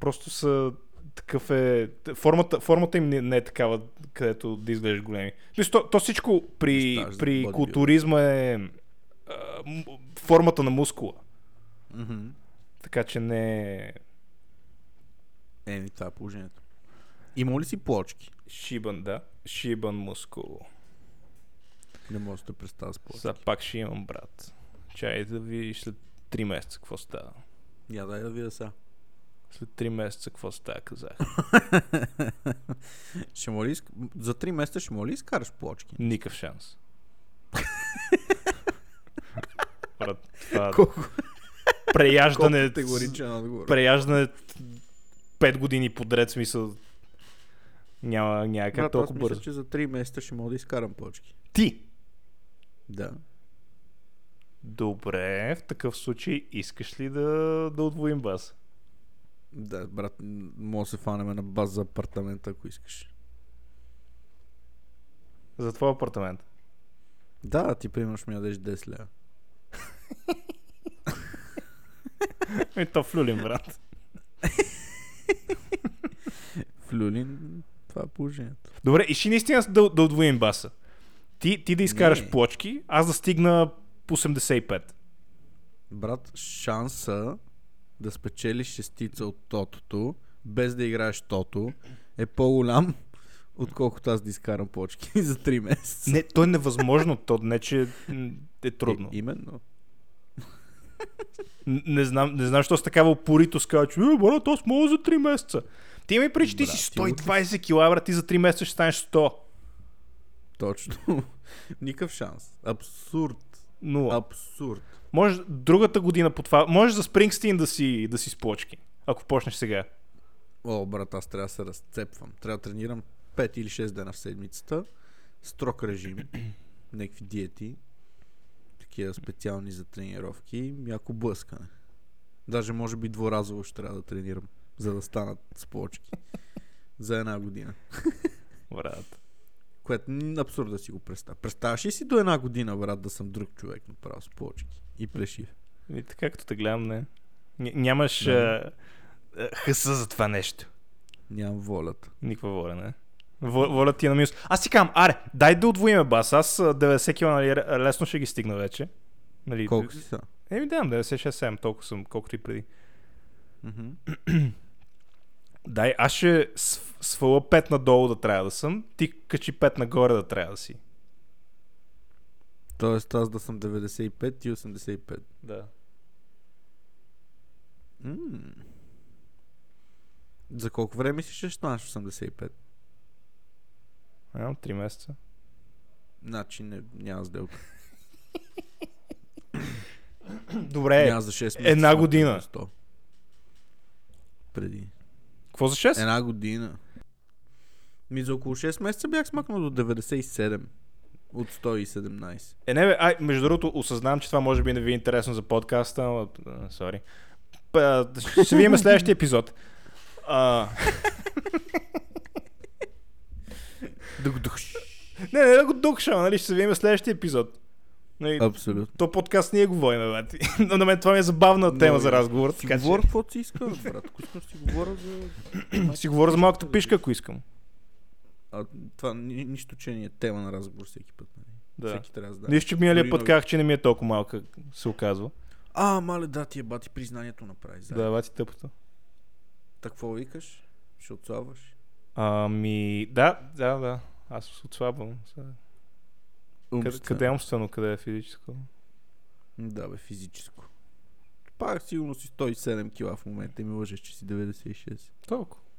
Speaker 1: Просто са такъв е... Формата, формата им не, не е такава, където да изглеждаш големи. Мисля, то, то всичко при,
Speaker 2: Стаж за
Speaker 1: при
Speaker 2: бодибилдинг.
Speaker 1: културизма е а, м- формата на мускула.
Speaker 2: Мгм.
Speaker 1: Така че не е...
Speaker 2: Еми, това е положението. Имал ли си плочки?
Speaker 1: Шибан, да. Шибан мускул.
Speaker 2: Не мога да те представя с плочки.
Speaker 1: Сега пак ще имам, брат. Чай да видиш след 3 месеца какво става.
Speaker 2: Я дай да видя сега.
Speaker 1: След 3 месеца какво става, казах.
Speaker 2: Ще му ли из... За 3 месеца ще му ли изкараш плочки?
Speaker 1: Никакъв шанс. брат, това... е
Speaker 2: Колко
Speaker 1: Преяждане...
Speaker 2: категоричен отговор.
Speaker 1: преяждане 5 години подред, смисъл. Няма, няма как
Speaker 2: Брат, аз
Speaker 1: толкова
Speaker 2: мисля,
Speaker 1: бързо.
Speaker 2: че за 3 месеца ще мога да изкарам плочки.
Speaker 1: Ти!
Speaker 2: Да.
Speaker 1: Добре, в такъв случай искаш ли да, да отвоим бас?
Speaker 2: Да, брат, м- мога да се фанеме на база за апартамент, ако искаш.
Speaker 1: За твой апартамент.
Speaker 2: Да, ти примерно ще ми ядеш 10 лева.
Speaker 1: И Ами то в люлин, брат.
Speaker 2: В Люлин това е положението.
Speaker 1: Добре, и ще наистина да, да отвоим баса. Ти, ти да изкараш
Speaker 2: Не.
Speaker 1: плочки, аз да стигна 85.
Speaker 2: Брат, шанса да спечелиш шестица от тотото, без да играеш тото, е по-голям, отколкото аз да изкарам почки за 3 месеца.
Speaker 1: Не, то е невъзможно, то не че м, е трудно.
Speaker 2: Е, именно.
Speaker 1: Н- Не знам, не знам, що с такава упорито скача, че «Е, брат, аз мога за 3 месеца. Ти ми причи, ти
Speaker 2: Брат,
Speaker 1: си
Speaker 2: ти луд ли
Speaker 1: 120 кг, брат, ти за 3 месеца ще станеш 100.
Speaker 2: Точно. Никакъв шанс. Абсурд.
Speaker 1: Нула.
Speaker 2: Абсурд.
Speaker 1: Може другата година по това. Може за Спрингстин да си, да си сплочки, ако почнеш сега.
Speaker 2: О, брат, аз трябва да се разцепвам. Трябва да тренирам 5 или 6 дена в седмицата. Строг режим. Някакви диети. Такива специални за тренировки. Яко блъскане. Даже може би дворазово ще трябва да тренирам, за да станат сплочки. за една година.
Speaker 1: Брат.
Speaker 2: Което м, абсурд да си го представя. Представяш ли си до една година, брат, да съм друг човек направо с плочки и плешив?
Speaker 1: И така като те гледам, не. Ня- Нямаш
Speaker 2: Да.
Speaker 1: а, а, хъса за това нещо.
Speaker 2: Нямам волята.
Speaker 1: Никаква воля, не. Во- Воля ти е на минус. Аз си казвам, аре, дай да отвоиме бас. Аз а, 90 кг нали, ре- лесно ще ги стигна вече. Нали,
Speaker 2: Колко си са?
Speaker 1: Еми, дам 96-7, толкова съм, колкото и преди.
Speaker 2: Мгм.
Speaker 1: Дай, аз ще с- сваля 5 надолу да трябва да съм, ти качи 5 нагоре да трябва да си.
Speaker 2: Тоест аз да съм 95 и 85.
Speaker 1: Да.
Speaker 2: М. За колко време си ще станеш 85?
Speaker 1: А, 3 месеца.
Speaker 2: Значи не, няма сделка.
Speaker 1: Добре,
Speaker 2: няма за 6
Speaker 1: Е,
Speaker 2: месеца.
Speaker 1: една
Speaker 2: ще съм
Speaker 1: година.
Speaker 2: на 100. Преди.
Speaker 1: какво за 6?
Speaker 2: Една година. Ми за около 6 месеца бях смъкнал до 97. От 117.
Speaker 1: Е, не бе, ай, между другото, осъзнавам, че това може би не ви е интересно за подкаста, но... а, Сори. Па, Ще се видим в следващия епизод. А... да го духш. Не, не да го духша, нали? Ще се видим в следващия епизод. Нали,
Speaker 2: Абсолютно.
Speaker 1: То подкаст ние говорим, брат. Но на мен това ми е забавна тема
Speaker 2: Много
Speaker 1: за
Speaker 2: ясно.
Speaker 1: разговор.
Speaker 2: Си
Speaker 1: Така, че...
Speaker 2: говоря каквото си искам, брат. Ако искам си говоря за...
Speaker 1: си говоря за малката пишка, ако искам.
Speaker 2: А, това ни, нищо, че ни е тема на разговор всеки път. нали?
Speaker 1: Да.
Speaker 2: Всеки трябва да знае.
Speaker 1: Нищо, че миналия
Speaker 2: Дори
Speaker 1: път
Speaker 2: нови-
Speaker 1: казах, че не ми е толкова малка, се оказва.
Speaker 2: А, мале, да, ти е бати признанието направи. Да.
Speaker 1: Да, бати тъпото.
Speaker 2: Так, какво викаш? Ще отслабваш?
Speaker 1: Ами, да, да, да. Аз отслабвам. сега. Къде, къде е умствено, къде е физическо?
Speaker 2: Да, бе, физическо. Пак сигурно си 107 кила в момента и ми лъжеш, че си 96.
Speaker 1: Толкова.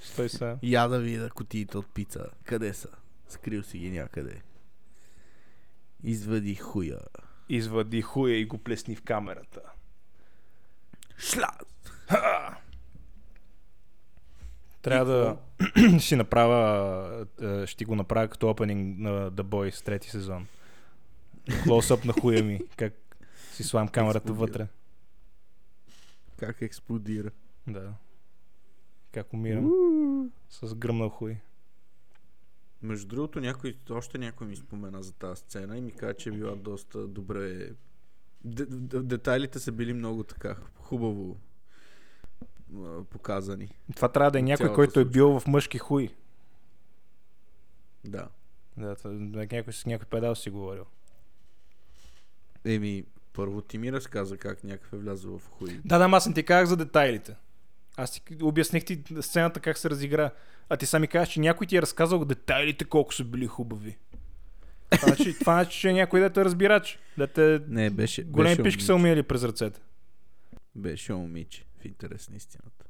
Speaker 1: Стой сега.
Speaker 2: Я да видя кутиите от пица. Къде са? Скрил си ги някъде. Извади хуя.
Speaker 1: Извади хуя и го плесни в камерата.
Speaker 2: Шла!
Speaker 1: Трябва
Speaker 2: И
Speaker 1: да
Speaker 2: какво?
Speaker 1: ще направя, е, ще го направя като опенинг на The Boys трети сезон. Close-up на хуя ми, как си слам камерата
Speaker 2: Експлодира.
Speaker 1: вътре.
Speaker 2: Как експлодира.
Speaker 1: Да. Как умирам
Speaker 2: Уу.
Speaker 1: с гръмнал хуй.
Speaker 2: Между другото, някой, още някой ми спомена за тази сцена и ми каза, че е била доста добре. Д- д- детайлите са били много така хубаво а, показани.
Speaker 1: Това трябва да е някой,
Speaker 2: Цялата
Speaker 1: който е
Speaker 2: случка.
Speaker 1: бил в мъжки хуй.
Speaker 2: Да.
Speaker 1: Да, това- някой с някой педал си говорил.
Speaker 2: Еми, Първо ти ми разказа как някакъв е влязъл в хуй.
Speaker 1: Да, да, ама аз не ти казах за детайлите. Аз ти обясних ти сцената как се разигра. А ти сами казваш, че някой ти е разказал детайлите колко са били хубави. Това значи, това значи че е някой да те разбирач. Да те
Speaker 2: Не, беше.
Speaker 1: големи
Speaker 2: беше
Speaker 1: пишки са
Speaker 2: момиче.
Speaker 1: умиели през ръцете.
Speaker 2: Беше момиче, в интерес на истината.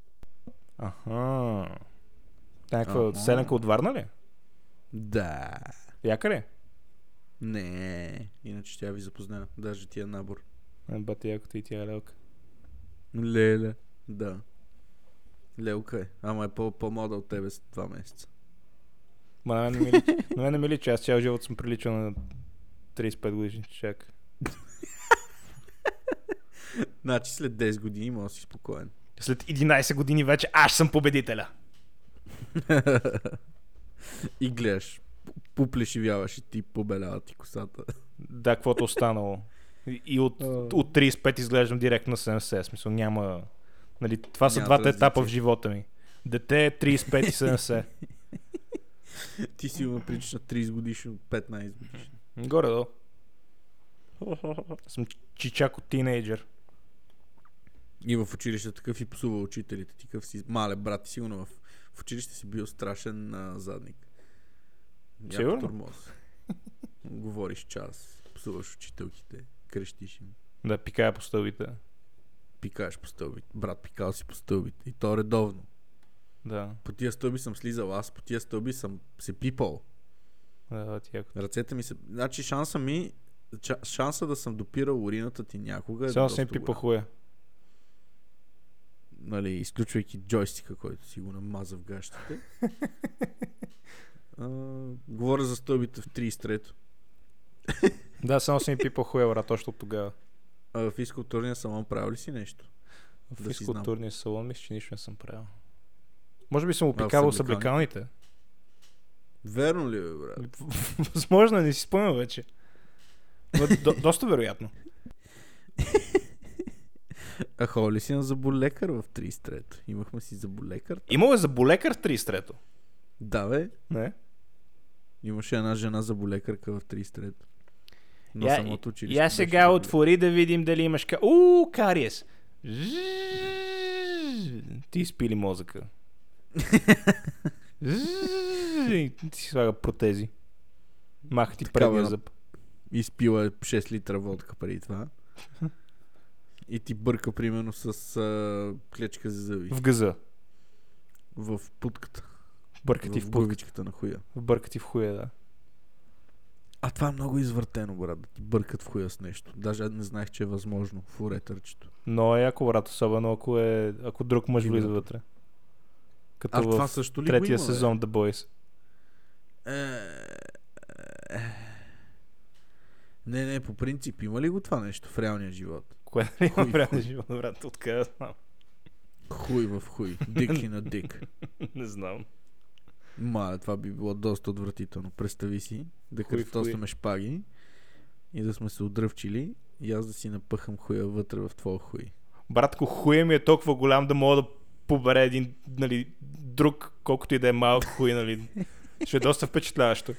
Speaker 1: Аха. е Някаква
Speaker 2: Аха.
Speaker 1: селенка от Варна ли?
Speaker 2: Да.
Speaker 1: Яка ли?
Speaker 2: Не, иначе тя ви запозна. Даже тия набор.
Speaker 1: Е, Бати, якото и тя е лелка.
Speaker 2: Леле. Да. Лелка е. Ама е по- по-млада от тебе с два месеца.
Speaker 1: Ма на мен не ми личи. На мен не ми личи. Аз цял живот съм приличал на 35 годишен чак.
Speaker 2: Значи след 10 години може да си спокоен.
Speaker 1: След 11 години вече аз съм победителя.
Speaker 2: и гледаш. п- Поплешивяваш и ти побелява ти косата.
Speaker 1: Да, каквото е останало. И- И от, от 35 изглеждам директно на 70. В смисъл няма... Нали, това са
Speaker 2: Няма
Speaker 1: двата етапа в
Speaker 2: транзиция.
Speaker 1: живота ми. Дете е 35 и 70.
Speaker 2: Ти си има прилича на 30 годишен от 15 годишен.
Speaker 1: Горе долу. Съм чичако тинейджър.
Speaker 2: И в училище такъв и псува учителите. Ти такъв си, мале брат, ти сигурно в, в училище си бил страшен а, задник. Яко
Speaker 1: Сигурно?
Speaker 2: Тормоз. Говориш час, псуваш учителките, крещиш им,
Speaker 1: Да, пикая по стълбите.
Speaker 2: пикаеш по стълбите. Брат, пикал си по стълбите. И то редовно.
Speaker 1: Да,
Speaker 2: По тия стълби съм слизал аз, по тия стълби съм се пипал.
Speaker 1: да, ти яко.
Speaker 2: Ръцете ми се... Значи шанса ми... ча- Шанса да съм допирал урината ти някога е
Speaker 1: Само
Speaker 2: доста
Speaker 1: си ми пипа
Speaker 2: голям.
Speaker 1: хуя.
Speaker 2: нали, изключвайки джойстика, който си го намаза в гащите. а, говоря за стълбите в 33-то.
Speaker 1: Да, само си ми пипа хуя, брат, още от тогава.
Speaker 2: А в физкултурния салон правил ли си нещо?
Speaker 1: В
Speaker 2: Да си знам.
Speaker 1: физкултурния салон мисля, че нищо не съм правил. Може би съм опикавал с
Speaker 2: съблекалните?
Speaker 1: облекалните.
Speaker 2: Верно ли, бе, брат?
Speaker 1: Възможно, не си спомням вече. Но до- доста вероятно.
Speaker 2: А ходил ли си на заболекар в 33-то? Имахме си заболекар.
Speaker 1: Имало е за болекар в 33-то.
Speaker 2: Да, бе.
Speaker 1: Не?
Speaker 2: Имаше една жена заболекарка в 33-то. На
Speaker 1: Я-
Speaker 2: самото училище.
Speaker 1: Я
Speaker 2: беше
Speaker 1: сега
Speaker 2: заболекар.
Speaker 1: отвори да видим дали имаш... Ка... У, кариес! Ти изпили мозъка. И Ти си слага протези. Маха ти
Speaker 2: Такава
Speaker 1: предния
Speaker 2: е.
Speaker 1: зъб.
Speaker 2: изпила е 6 литра водка преди това. И ти бърка, примерно, с а, клечка за зъби.
Speaker 1: В газа.
Speaker 2: В, в путката.
Speaker 1: Бърка ти в,
Speaker 2: в
Speaker 1: пут.
Speaker 2: главичката на хуя.
Speaker 1: Бърка ти в хуя, да.
Speaker 2: А това е много извъртено, брат, да ти бъркат в хуя с нещо. Даже не знаех, че е възможно в уретърчето.
Speaker 1: Но е яко, брат, особено ако, е, ако друг мъж
Speaker 2: Именно.
Speaker 1: влиза вътре. Като
Speaker 2: А
Speaker 1: в
Speaker 2: това също ли го
Speaker 1: третия
Speaker 2: има, бе?
Speaker 1: сезон The Boys.
Speaker 2: Е, е. Не, не, по принцип има ли го това нещо в реалния живот?
Speaker 1: Кое да има
Speaker 2: Хуй,
Speaker 1: в реалния живот, брат? Откъде знам?
Speaker 2: Хуй в хуй, дик и на дик.
Speaker 1: Не знам.
Speaker 2: Мале, това би било доста отвратително. Представи си да
Speaker 1: Хуй в хуй.
Speaker 2: кръстосваме шпаги и да сме се отдръвчили и аз да си напъхам хуя вътре в твоя хуй.
Speaker 1: Братко, хуя ми е толкова голям да мога да побере един, нали, друг, колкото и да е малък хуй, нали. Ще е доста впечатляващо.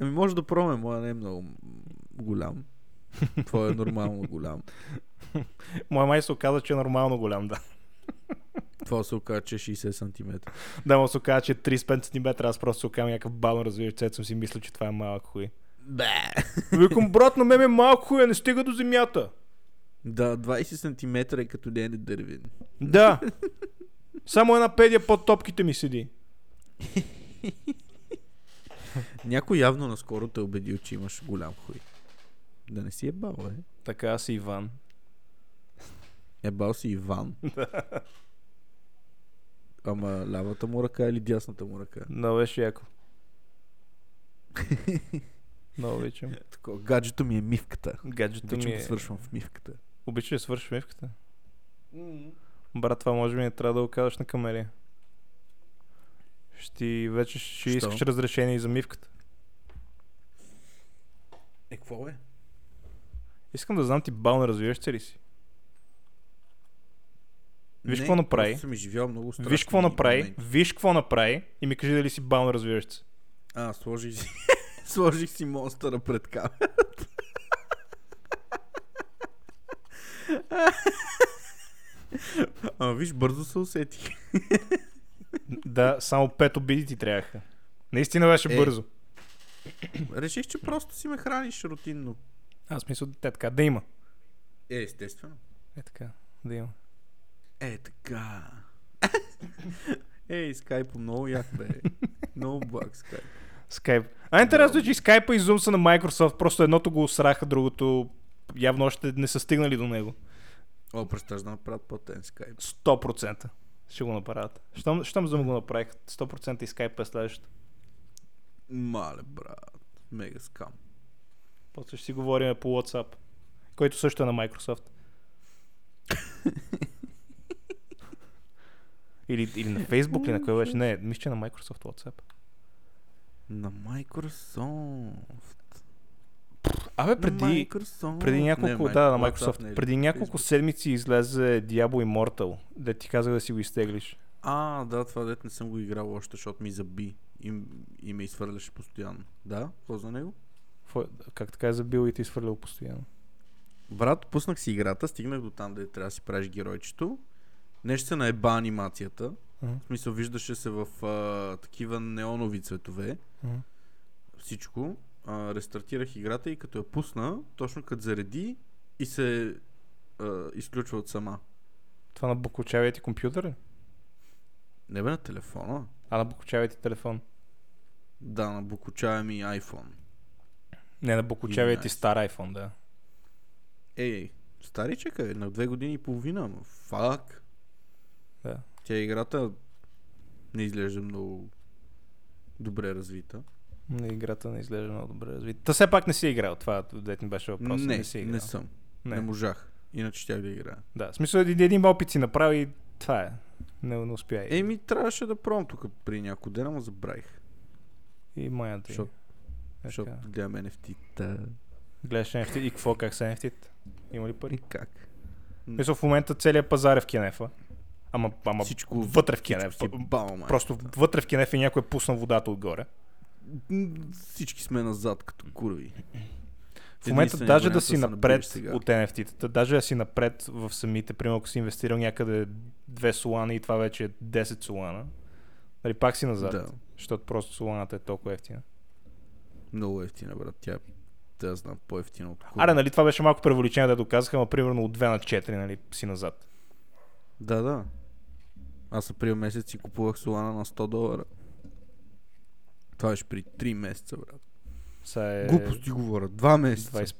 Speaker 2: Ами може да пробваме, моя не е много м- голям. Твоя е нормално голям.
Speaker 1: Моя май се оказа, че е нормално голям, да.
Speaker 2: Това се оказа, че е 60 см.
Speaker 1: Да, му се оказа, че е 35 см, аз просто се оказвам някакъв балон развиваш, цето съм си мисля, че това е малък хуй.
Speaker 2: Бе!
Speaker 1: Викам, брат, на мен е малък хуй, не стига до земята.
Speaker 2: Да, 20 см е като не е дървен.
Speaker 1: Да. Само една педия под топките ми седи.
Speaker 2: Някой явно наскоро те е убедил, че имаш голям хуй. Да не си е ебал, бе.
Speaker 1: Така аз и Иван.
Speaker 2: Ебал Е, си Иван. Ама лявата му ръка или дясната му ръка?
Speaker 1: Много беше яко. Много обичам.
Speaker 2: Такова, гаджето ми е мивката.
Speaker 1: Гаджето
Speaker 2: Обичам
Speaker 1: ми
Speaker 2: да
Speaker 1: е...
Speaker 2: свършвам в мивката.
Speaker 1: Обичаш да свършиш мивката? Брат, това може би не трябва да го казваш на камери. Ще ти- вече ще
Speaker 2: Що?
Speaker 1: искаш разрешение и за мивката.
Speaker 2: Е, какво е?
Speaker 1: Искам да знам ти бал на развиваш ли си? Виж
Speaker 2: Не,
Speaker 1: какво направи.
Speaker 2: просто Съм изживял много страшни
Speaker 1: Виж какво направи,
Speaker 2: моменти.
Speaker 1: виж какво направи и ми кажи дали си бал на развиваш се.
Speaker 2: А, сложих си, сложих си монстъра пред камера. А, виж, бързо се усетих.
Speaker 1: Да, само пет обиди ти трябваха. Наистина беше
Speaker 2: Е.
Speaker 1: бързо.
Speaker 2: Реших, че просто си ме храниш рутинно.
Speaker 1: Аз мисля, те така, да има.
Speaker 2: Е, естествено.
Speaker 1: Е така, да има.
Speaker 2: Е, така. Ей, Е, скайп много як бе. Много благ скайп.
Speaker 1: Скайп. А интересно е, че и Skype и Zoom са на Microsoft, просто едното го сраха, другото явно още не са стигнали до него.
Speaker 2: О, представяш да направят по-тен скайп.
Speaker 1: 100% ще го направят. Щом, щом Zoom го направих, 100% и Skype е следващото.
Speaker 2: Мале, брат. Мега скам.
Speaker 1: После ще си говорим по WhatsApp, който също е на Microsoft. или, или на Facebook, или на кой беше? Не, мисля, че е на Microsoft WhatsApp.
Speaker 2: На Microsoft.
Speaker 1: Абе,
Speaker 2: на
Speaker 1: преди,
Speaker 2: Microsoft.
Speaker 1: преди няколко,
Speaker 2: Не, е
Speaker 1: да, на
Speaker 2: WhatsApp,
Speaker 1: Microsoft,
Speaker 2: не ли?
Speaker 1: преди няколко седмици излезе Diablo Immortal, да ти казах да си го изтеглиш.
Speaker 2: А, да, това дет не съм го играл още, защото ми заби и, и ме изхвърляше постоянно. Да, какво за него?
Speaker 1: Какво е- Как така е забил и ти изхвърлял постоянно?
Speaker 2: Брат, пуснах си играта, стигнах до там, де трябва да си правиш геройчето. Нещо се наеба анимацията.
Speaker 1: Мгм.
Speaker 2: В смисъл, виждаше се в а, такива неонови цветове.
Speaker 1: Мгм.
Speaker 2: Всичко. А, рестартирах играта и като я пусна, точно като зареди и се а, изключва от сама.
Speaker 1: Това на букучавия ти компютър ли?
Speaker 2: Не бе на телефона.
Speaker 1: А на букучавия ти телефон?
Speaker 2: Да, на букучая ми iPhone.
Speaker 1: Не, на букучавия ти
Speaker 2: 11.
Speaker 1: стар iPhone, да.
Speaker 2: Ей, старичък е, на две години и половина, ама фак.
Speaker 1: Да.
Speaker 2: Тя играта не изглежда много добре развита.
Speaker 1: Не, играта не изглежда много добре развита. Та все пак не си играл, това дет ми беше въпрос.
Speaker 2: не,
Speaker 1: не си играл.
Speaker 2: не съм. Не. не можах. Иначе тях да играя.
Speaker 1: Да, в смисъл един, един опит си направи и това е. Не, не успя. Е, И,
Speaker 2: Еми, трябваше да пробвам тук при няколко дена, ама забравих.
Speaker 1: и е. майната ти.
Speaker 2: Защото- Защото гледам NFT-та.
Speaker 1: Гледаш NFT и какво, как са NFT? Има ли пари?
Speaker 2: И Ами как?
Speaker 1: Мисля, в момента целият пазар е в Кенефа. Ама, ама
Speaker 2: Всичко
Speaker 1: вътре в Кенеф.
Speaker 2: Всички, бал,
Speaker 1: Просто вътре в Кенеф и някой е пуснал водата отгоре.
Speaker 2: всички сме назад като курви.
Speaker 1: В момента
Speaker 2: Единствено
Speaker 1: даже да
Speaker 2: вариант
Speaker 1: си
Speaker 2: се
Speaker 1: напред
Speaker 2: набиеш сега.
Speaker 1: от NFT-тата, даже да си напред в самите, примерно ако си инвестирал някъде 2 солана и това вече е 10 солана, нали пак си назад,
Speaker 2: Да,
Speaker 1: защото просто соланата е толкова ефтина.
Speaker 2: много ефтина, брат. Тя, е- тя знам по-ефтина от курви.
Speaker 1: Аре, нали това беше малко превеличение да доказаха, ама примерно от 2 на 4, нали си назад.
Speaker 2: Да, да. Аз април месец си купувах солана на 100 долара. Това беше при 3 месеца, брат.
Speaker 1: Са е
Speaker 2: Е... Глупости говоря. 2 месеца. 20...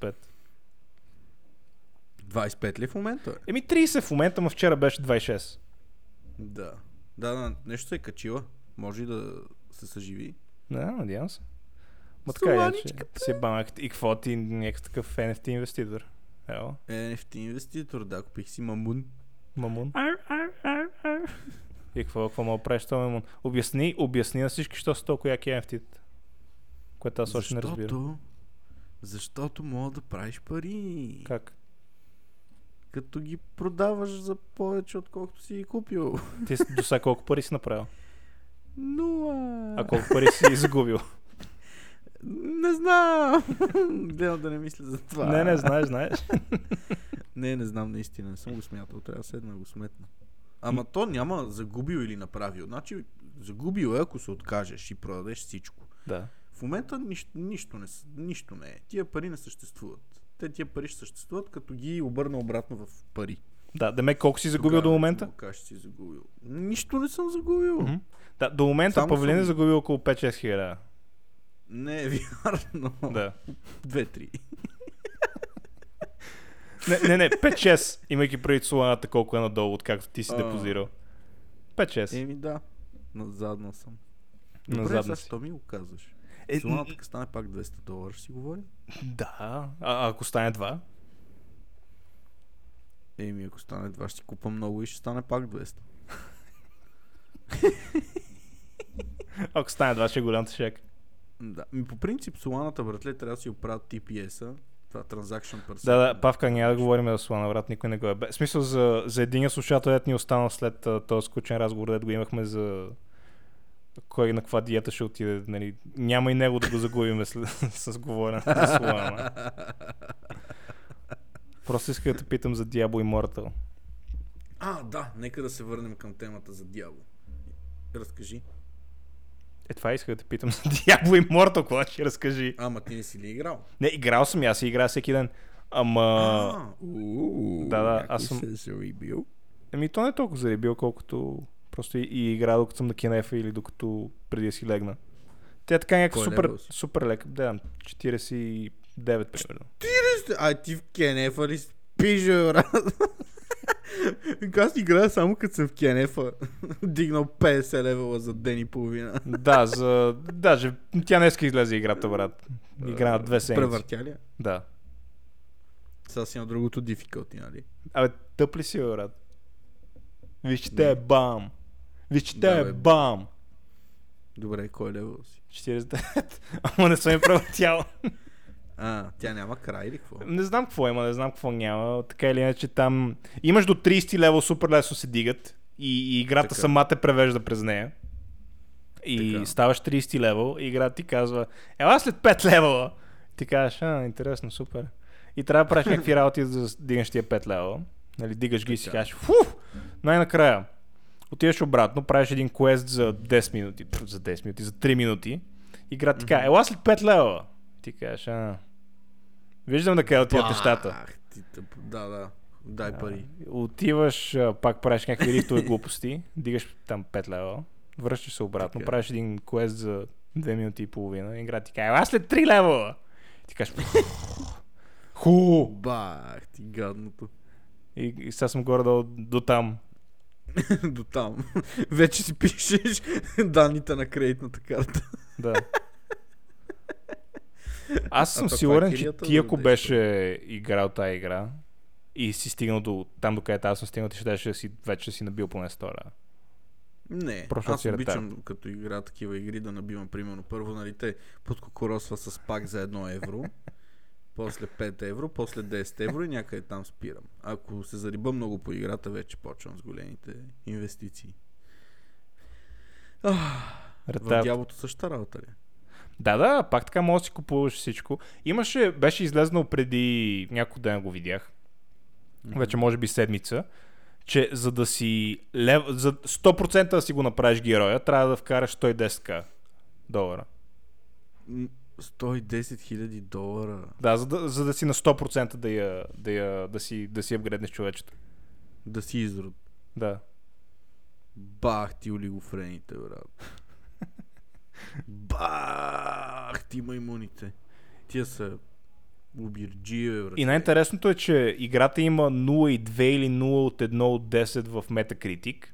Speaker 1: 25.
Speaker 2: 25 ли в момента? Е?
Speaker 1: Еми 30 в момента, ма вчера беше 26.
Speaker 2: Да. Да, да, нещо се е качила. Може и да се съживи.
Speaker 1: Да, надявам се. Ма така е, че
Speaker 2: Соланичката.
Speaker 1: си банък и какво ти някакъв такъв NFT инвеститор. Ело,
Speaker 2: NFT Е, инвеститор, да, купих си мамун.
Speaker 1: мамун. И какво, какво мога да правиш това, Мемон? Обясни, обясни на всички, що са толкова яки nft Което аз още не разбирам.
Speaker 2: Защото... Защото мога да правиш пари.
Speaker 1: Как?
Speaker 2: Като ги продаваш за повече, отколкото си ги купил.
Speaker 1: Ти с- до сега колко пари си направил?
Speaker 2: Нула.
Speaker 1: А колко пари си изгубил?
Speaker 2: Не знам. Гледам да не мисля за това. е.
Speaker 1: не, не, знаеш, знаеш.
Speaker 2: Не, не знам наистина. Не съм го смятал. Трябва да седна да го сметна. Ама то няма загубил или направил. Значи загубил е, ако се откажеш и продадеш всичко.
Speaker 1: да.
Speaker 2: В момента нищо, нищо, не, с- нищо не е. Тия пари не съществуват. Те тия пари ще съществуват, като ги обърна обратно в пари.
Speaker 1: Да, да ме колко си загубил до
Speaker 2: Тогава
Speaker 1: момента?
Speaker 2: му Кажеш, си загубил. Нищо не съм загубил.
Speaker 1: Мгм. Да, до момента
Speaker 2: Само
Speaker 1: Павлин е
Speaker 2: съм-
Speaker 1: загубил около 5-6 хиляда.
Speaker 2: Не е вярно.
Speaker 1: Да.
Speaker 2: Две-три.
Speaker 1: Не, не, не, 5-6, имайки преди соланата колко е надолу, откакто ти си
Speaker 2: А.
Speaker 1: депозирал. 5-6.
Speaker 2: Еми да. Назадна съм. Добре,
Speaker 1: Назад.
Speaker 2: защо ми го казваш?
Speaker 1: Е,
Speaker 2: Соланата като стане пак 200 долара, ще си говорим.
Speaker 1: да. А, ако стане 2?
Speaker 2: Еми, ако стане 2, ще си купа много и ще стане пак 200.
Speaker 1: Ако стане 2, ще е голям шек.
Speaker 2: Да. Ми, по принцип, соланата, братле, трябва да си оправят TPS-а. Това Transaction Per
Speaker 1: Да, да,
Speaker 2: Second.
Speaker 1: Павка, няма да говорим за Слана, брат, никой не го е бе. В смисъл за, за един слушател, дет ни остана след а, този скучен разговор, дет го имахме за кой на каква диета ще отиде, нали, няма и него да го загубим с, с говорене за Слана. Просто исках да те питам за Diablo Immortal.
Speaker 2: А, да, нека да се върнем към темата за дявол. Разкажи.
Speaker 1: Е, това исках да те питам за Diablo Immortal, какво ще разкажи.
Speaker 2: Ама ти не си ли играл?
Speaker 1: Не, играл съм и аз и играя всеки ден. Ама...
Speaker 2: уу,
Speaker 1: да, да,
Speaker 2: някой
Speaker 1: аз съм-
Speaker 2: се е зарибил.
Speaker 1: Еми, то не е толкова заребил, колкото просто и, и игра докато съм на кинефа или докато преди да си легна. Тя е така някаква
Speaker 2: Кой
Speaker 1: супер,
Speaker 2: левел си?
Speaker 1: супер лека. Да, ами 49 примерно.
Speaker 2: А ти в Кенефа ли спиш, бе, брат? Аз играя само като съм в Кенефа. Дигнал 50 левела за ден и половина.
Speaker 1: да, за... Даже тя днеска излезе играта, брат. Игра на
Speaker 2: Е,
Speaker 1: две седмици.
Speaker 2: Превъртя ли? я?
Speaker 1: Да.
Speaker 2: Сега си на другото difficulty, нали?
Speaker 1: Абе, тъп ли си, бе, брат? Виж, че те е бам. Виж, че те
Speaker 2: Да,
Speaker 1: е
Speaker 2: бе.
Speaker 1: бам.
Speaker 2: Добре, кой е левел си?
Speaker 1: 49. Ама не съм я превъртял.
Speaker 2: А, тя няма край или какво?
Speaker 1: Не знам какво има, не знам какво няма. Така или иначе там... Имаш до 30 лева, супер лесно се дигат. И, и играта
Speaker 2: Така.
Speaker 1: сама те превежда през нея. И
Speaker 2: Така.
Speaker 1: ставаш 30 лева, и играта ти казва, ела след 5 левела. Ти кажеш, а, интересно, супер. И трябва да правиш някакви работи, за да дигнеш тия 5 лева. Нали, дигаш ги и си
Speaker 2: Така.
Speaker 1: кажеш, фуф, най-накрая. Отиваш обратно, правиш един квест за 10 минути, Тьфу, за 10 минути, за 3 минути. Игра ти казва, ела след 5 лева. Ти кажеш, а, виждам на къде отиват нещата.
Speaker 2: Ах, ти тъпо. Да, да. Дай пари.
Speaker 1: Отиваш, а, пак правиш някакви рифтове глупости, дигаш там 5 лева, връщаш се обратно,
Speaker 2: Така.
Speaker 1: правиш един квест за 2 минути и половина, и игра ти казва, аз след 3 лева! Ти кажеш, ху!
Speaker 2: Бах, ти гадното.
Speaker 1: И, и сега съм горе до там.
Speaker 2: До там. Вече си пишеш данните на кредитната карта.
Speaker 1: Да. Аз
Speaker 2: А
Speaker 1: съм
Speaker 2: това
Speaker 1: сигурен,
Speaker 2: е
Speaker 1: че
Speaker 2: килията
Speaker 1: ти ако
Speaker 2: за
Speaker 1: беше играл тази игра и си стигнал до там, до където аз съм стигнал, ти ще да си, вече си набил поне 100 лева.
Speaker 2: Не,
Speaker 1: Просто
Speaker 2: аз
Speaker 1: си ретард.
Speaker 2: обичам като игра такива игри да набивам примерно първо, нали те подкокоросва с пак за 1 евро, после 5 евро, после 10 евро и някъде там спирам. Ако се зариба много по играта, вече почвам с големите инвестиции. В
Speaker 1: Ретард.
Speaker 2: дяволото същата работа ли? е?
Speaker 1: Да, да, пак така може да си купуваш всичко. Имаше, беше излезнал преди няколко дена го видях. Вече може би седмица. Че за да си лев, за 100% да си го направиш героя, трябва да вкараш 110к долара.
Speaker 2: М, 110 хиляди долара.
Speaker 1: Да, за да, за да си на 100% да, я, да, я, да, си, да си апгрейднеш човечето.
Speaker 2: Да си изрод.
Speaker 1: Да.
Speaker 2: Бах ти олигофрените, брат. Бах ти маймуните. Тия са обирджиеве, брат.
Speaker 1: И най-интересното е, че играта има 0,2 или 0 от 1 от 10 в Metacritic.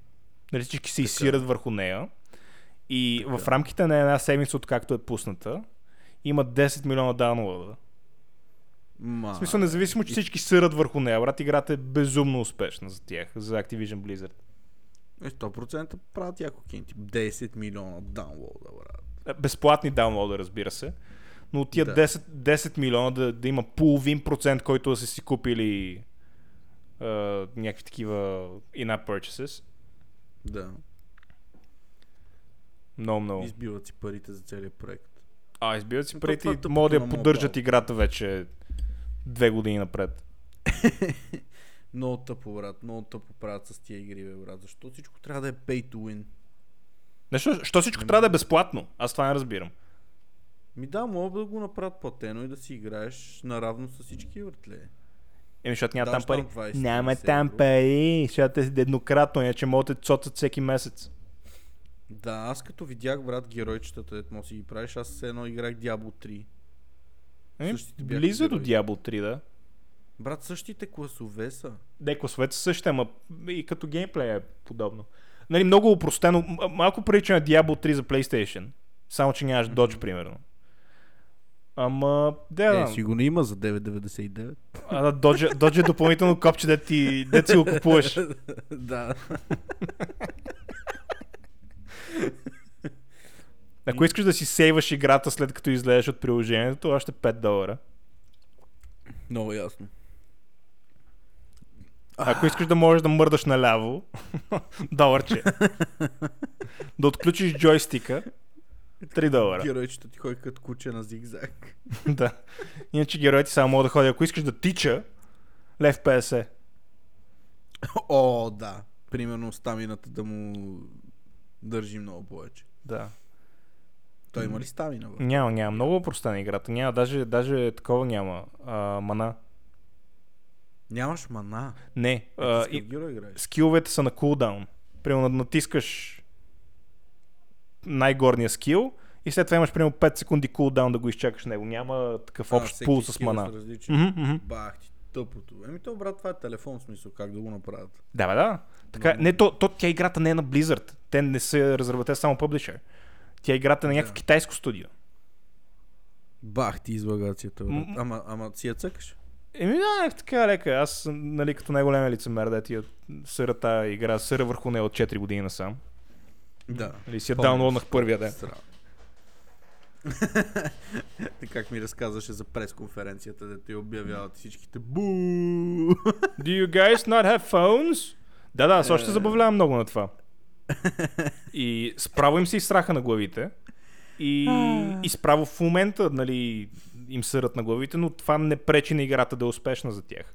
Speaker 1: Нали всички се изсират върху нея. И в рамките на една седмица, откакто е пусната, има 10 милиона даунлода.
Speaker 2: Ма...
Speaker 1: В смисъл, независимо, че всички сират върху нея, брат, играта е безумно успешна за тях, за Activision Blizzard.
Speaker 2: е, 100% правят яко кинти. 10 милиона даунлода, брат.
Speaker 1: Е, Безплатни даунлода, разбира се. Но от тия
Speaker 2: Да.
Speaker 1: 10, 10 милиона да, да има половин процент, който да са си купили е, някакви такива in-app purchases.
Speaker 2: Да.
Speaker 1: Много, много.
Speaker 2: Избиват си парите за целият проект.
Speaker 1: А, избиват си
Speaker 2: Ами
Speaker 1: парите
Speaker 2: това е
Speaker 1: и
Speaker 2: тъпото
Speaker 1: могат да я
Speaker 2: на мобайл.
Speaker 1: поддържат играта вече две години напред.
Speaker 2: Много тъпо, брат. Много тъпо правят с тия игри, бе, брат. Защо всичко трябва да е pay to win?
Speaker 1: Нещо, що всичко трябва да е безплатно? Аз това не разбирам.
Speaker 2: Ми да, мога да го направят платено и да си играеш наравно с всички, братле.
Speaker 1: Еми, защото няма
Speaker 2: Да, е
Speaker 1: там
Speaker 2: ще
Speaker 1: пари.
Speaker 2: там 20,
Speaker 1: Няма
Speaker 2: 70
Speaker 1: там
Speaker 2: евро.
Speaker 1: пари, защото е еднократно, иначе могат да те цоцат всеки месец.
Speaker 2: Да, аз като видях, брат, геройчетата, дето може си ги правиш, аз все едно играх Diablo 3.
Speaker 1: Еми,
Speaker 2: Същите бяха
Speaker 1: Ами, близо до
Speaker 2: герои.
Speaker 1: Diablo 3, да.
Speaker 2: Брат, същите класове са.
Speaker 1: Де, класовете са същите, е ама и като геймплей е подобно. Нали, много упростено, м- малко прилича на Diablo 3 за PlayStation. Само, че нямаш Dodge, примерно. Ама, да, да.
Speaker 2: Е, сигурно има за 9,99.
Speaker 1: А, да, доджа, доджа е допълнително копче, да ти, да си го купуваш.
Speaker 2: да.
Speaker 1: Ако искаш да си сейваш играта след като излезеш от приложението, още 5 долара.
Speaker 2: Много ясно.
Speaker 1: Ако искаш да можеш да мърдаш наляво, доларче. да отключиш джойстика, 3 долара.
Speaker 2: Геройчето ти ходи като куче на зигзаг.
Speaker 1: да. Иначе героите само могат да ходят. Ако искаш да тича, Лев 50.
Speaker 2: О, да. Примерно стамината да му държи много повече.
Speaker 1: Да.
Speaker 2: Той има ли стамина? Бе?
Speaker 1: Няма, няма. Много проста на играта. Няма, даже, даже такова няма. А, мана.
Speaker 2: Нямаш мана.
Speaker 1: Не. А, и,
Speaker 2: Гиро играеш.
Speaker 1: скиловете са на кулдаун. Примерно натискаш най-горния скил и след това имаш примерно 5 секунди кулдаун да го изчакаш него. Няма такъв
Speaker 2: А,
Speaker 1: общ
Speaker 2: всеки
Speaker 1: пул с
Speaker 2: скил е
Speaker 1: мана.
Speaker 2: са различни.
Speaker 1: Мгм, мгм.
Speaker 2: Бах ти, тъпото. Еми то, брат, това е телефон, в смисъл, как да го направят.
Speaker 1: Да, бе, да. Така, е. не, то, то, тя играта не е на Blizzard. Те не са разработени само Publisher. Тя играта е на някакво
Speaker 2: Да.
Speaker 1: китайско студио.
Speaker 2: Бах ти излагацията, брат.
Speaker 1: М.
Speaker 2: Ама, ама си я цъкаш?
Speaker 1: Еми да, е така лека. Аз, съм, нали, като най-големия лицемер, да ти я съра тая игра, съра върху нея от 4 години насам.
Speaker 2: Да.
Speaker 1: Нали, си я
Speaker 2: Помня
Speaker 1: даунлоднах
Speaker 2: си.
Speaker 1: първия ден.
Speaker 2: Срамо. Ти как ми разказваше за пресконференцията, дето я обявяват всичките бу.
Speaker 1: Do you guys not have phones? Да, да, аз още забавлявам много на това. И справо им се изсраха на главите. И, и справо в момента, нали, им сърят на главите, но това не пречи на играта да е успешна за тях.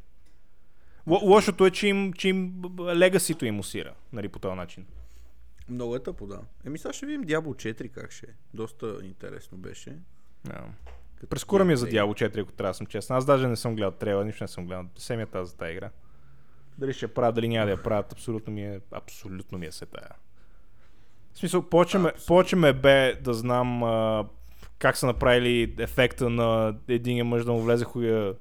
Speaker 1: Л- лошото е, че им, че им б- б- легасито им усира, нали, по този начин.
Speaker 2: Много е тъпо, да. Еми сега ще видим Diablo 4 как ще е. Доста интересно беше.
Speaker 1: Yeah.
Speaker 2: Като
Speaker 1: Прескура ми е за
Speaker 2: геймплей.
Speaker 1: Diablo 4, ако трябва да съм честен. Аз даже не съм гледал трейлер, нищо не съм гледал. Семията за тази игра. Дали ще я правят, дали няма да я правят, абсолютно ми е, абсолютно ми е се тая. В смисъл, повече, ме, повече ме бе да знам а, как са направили ефекта на един е мъж да му влезе хуя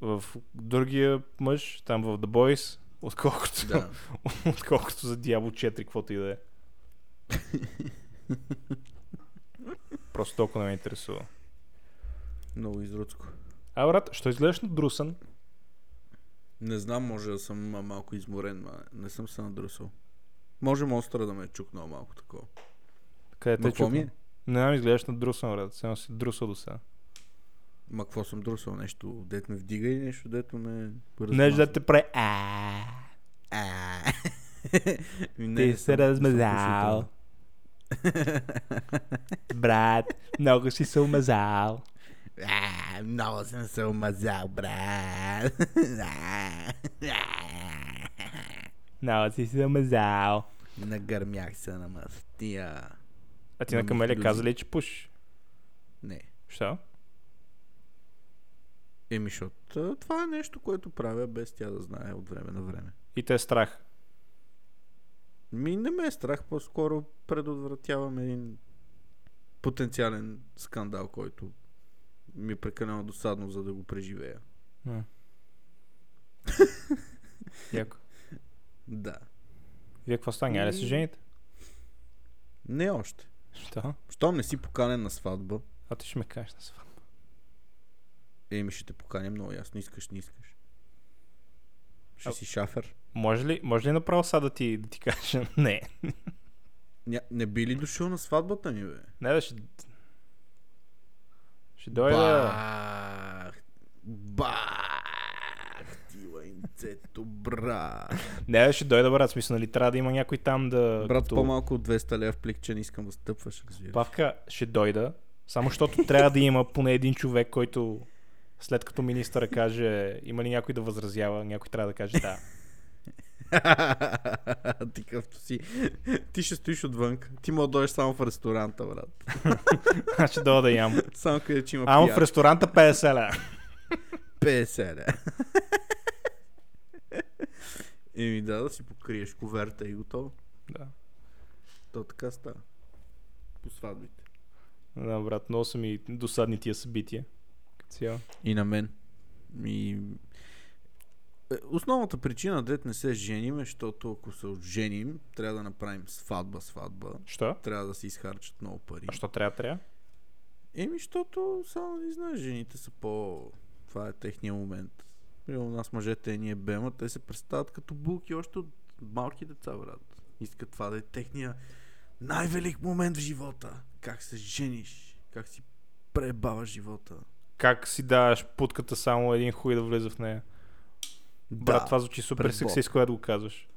Speaker 1: в другия мъж, там в The Boys, отколкото,
Speaker 2: Да.
Speaker 1: отколкото за Diablo 4, каквото и да е. Просто толкова не ме интересува.
Speaker 2: Много изрудско.
Speaker 1: А, брат, що изглеждаш на друсън?
Speaker 2: Не знам, може да съм а, малко изморен, ма не съм се надръсал. Може монстъра да ме е чукнал малко такова.
Speaker 1: Къде
Speaker 2: Ма
Speaker 1: те
Speaker 2: какво ми е?
Speaker 1: чукна? Не знам, изглеждаш на друсън, брат. Сега си друсъл до сега.
Speaker 2: Ма какво съм друсал? Нещо, дето ме вдига и нещо, дето ме...
Speaker 1: Не,
Speaker 2: размазва.
Speaker 1: да те прави а
Speaker 2: А. Ми, не,
Speaker 1: Ти
Speaker 2: не
Speaker 1: се
Speaker 2: съм- не съм
Speaker 1: размазал.
Speaker 2: пушител.
Speaker 1: брат, много си се умазал.
Speaker 2: А, много съм се омазал, брат. А, а.
Speaker 1: Много си се умазал.
Speaker 2: Нагърмях се на мастия.
Speaker 1: А ти
Speaker 2: Ма,
Speaker 1: на Камелия
Speaker 2: ми,
Speaker 1: каза ли, че пушиш?
Speaker 2: Не.
Speaker 1: Що?
Speaker 2: Еми, защото това е нещо, което правя без тя да знае от време на време.
Speaker 1: И те е страх.
Speaker 2: Ми не ме е страх, по-скоро предотвратявам един потенциален скандал, който ми е прекалено досадно, за да го преживея.
Speaker 1: Яко.
Speaker 2: Да.
Speaker 1: Вие какво стане? Няма ли да се жените?
Speaker 2: Не още.
Speaker 1: Що?
Speaker 2: Щом не си поканен на сватба,
Speaker 1: А ти ще ме кажеш на сватба.
Speaker 2: еми ще те поканя много ясно. Искаш, не искаш. Ще
Speaker 1: А-
Speaker 2: си шафер.
Speaker 1: Може ли, може ли направо сега да ти, да ти кажа? Не.
Speaker 2: Ня, не би ли дошъл на сватбата ми, бе?
Speaker 1: Не, да ще... Ще дойда...
Speaker 2: Бах! Бах! Ти лайнцето, брат!
Speaker 1: Не, ще дойда, брат. Смисъл, нали, трябва да има някой там да...
Speaker 2: Брат,
Speaker 1: като-
Speaker 2: по-малко от 200 лева в пликче не искам да стъпваш, разбира.
Speaker 1: Павка, ще дойда, само защото трябва да има поне един човек, който след като министъра каже, има ли някой да възразява, някой трябва да каже да.
Speaker 2: ти какъвто си. Ти ще стоиш отвън. Ти мога да дойдеш само в ресторанта, брат.
Speaker 1: Аз ще дойда да ям.
Speaker 2: Само къде че има
Speaker 1: Ама в
Speaker 2: пиян.
Speaker 1: ресторанта 50 ля.
Speaker 2: 50 лева. Еми да, да си покриеш коверта и готово.
Speaker 1: Да.
Speaker 2: То така става. По сватбите.
Speaker 1: Да, брат, много са ми досадни тия събития. Като Цяло.
Speaker 2: И на мен. И... Е, Основната причина дет не се женим е, защото ако се оженим, трябва да направим сватба, сватба.
Speaker 1: Що?
Speaker 2: Трябва да се изхарчат много пари.
Speaker 1: А що трябва, трябва?
Speaker 2: Еми, защото само не знаеш, жените са по... Това е техния момент. Примерно нас мъжете ние бема, те се представят като булки още от малки деца, брат. Искат това да е техния най-велик момент в живота. Как се жениш, как си пребава живота.
Speaker 1: Как си даваш путката само един хуй да влезе в нея? Брат, това звучи супер
Speaker 2: пред Бог.
Speaker 1: сексистко, е да го казваш.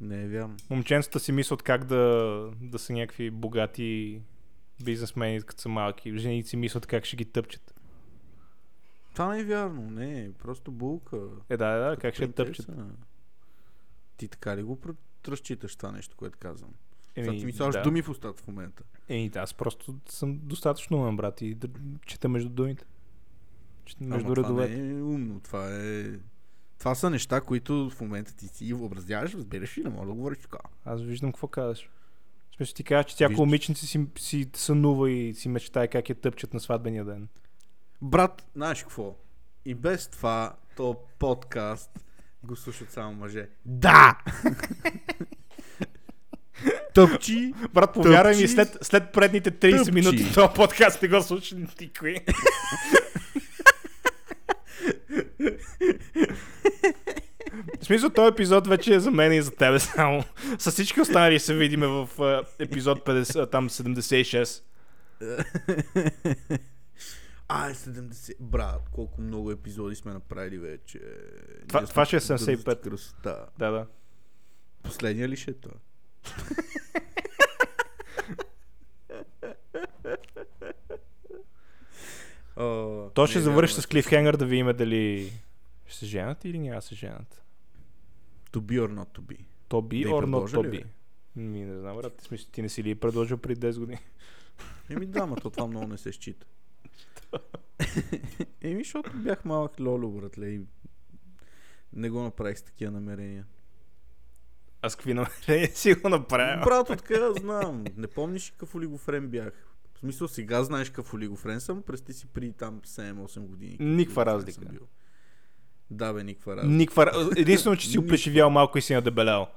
Speaker 2: Не е вярно.
Speaker 1: Момченцата си мислят как да, да са някакви богати бизнесмени, като са малки. Женици мислят как ще ги тъпчат.
Speaker 2: Това не е вярно, не, е просто булка.
Speaker 1: Е, да, да, как ще тъпче.
Speaker 2: Принцеса. Ти така ли го про- разчиташ това нещо, което казвам? Сега
Speaker 1: Еми,
Speaker 2: ти ми слагаш
Speaker 1: да.
Speaker 2: думи в устата в момента.
Speaker 1: Еми, да, аз просто съм достатъчно умен, брат, и да чета между думите. Чета между
Speaker 2: Ама това
Speaker 1: редовете.
Speaker 2: не е умно, това е... Това са неща, които в момента ти си въобразяваш, разбираш и не можеш да говориш така.
Speaker 1: Аз виждам какво казваш. В смисъл ти казваш, че всяко
Speaker 2: е. Виждаш.
Speaker 1: момиченце си, си сънува и си мечтае как я тъпчат на сватбения ден.
Speaker 2: Брат, знаеш какво? И без това, то подкаст го слушат само мъже. Да! Тъпчи,
Speaker 1: Брат, повярвай ми,
Speaker 2: Тъпчи.
Speaker 1: след, след предните 30
Speaker 2: Тъпчи.
Speaker 1: минути този подкаст не го слуша никой. В смисъл, този епизод вече е за мен и за тебе само. С всички останали се видиме в е, епизод 50, а, там 76.
Speaker 2: Ай, 70. Брат, колко много епизоди сме направили вече.
Speaker 1: Това-
Speaker 2: Ние сме
Speaker 1: това ще е
Speaker 2: като
Speaker 1: 75.
Speaker 2: дързата Красота.
Speaker 1: Да, да.
Speaker 2: Последния ли ще е това? О,
Speaker 1: То ще
Speaker 2: не,
Speaker 1: завърши
Speaker 2: няма.
Speaker 1: с клифхенгър да видим дали ще се женят или няма да се женят.
Speaker 2: To be or not to be.
Speaker 1: То би
Speaker 2: Да й
Speaker 1: or not
Speaker 2: предложа
Speaker 1: то
Speaker 2: ли,
Speaker 1: би.
Speaker 2: бе?
Speaker 1: Ми не знам, брат. В смисъл, ти не си ли е предложил преди 10 години?
Speaker 2: Еми да, ма то това много не се счита. Еми, защото бях малък лоло, братле, и не го направих с такива намерения.
Speaker 1: Аз какви намерения си го направя?
Speaker 2: Брат, откъде да знам? Не помниш ли какъв олигофрен бях? В смисъл, сега знаеш какъв олигофрен съм, прести си при там 7-8 години. какъв
Speaker 1: Никаква
Speaker 2: олигофрен
Speaker 1: разлика.
Speaker 2: съм бил. Да, бе, никаква разлика.
Speaker 1: Никва... раз- Единствено, че си оплешивял малко и си надебелял.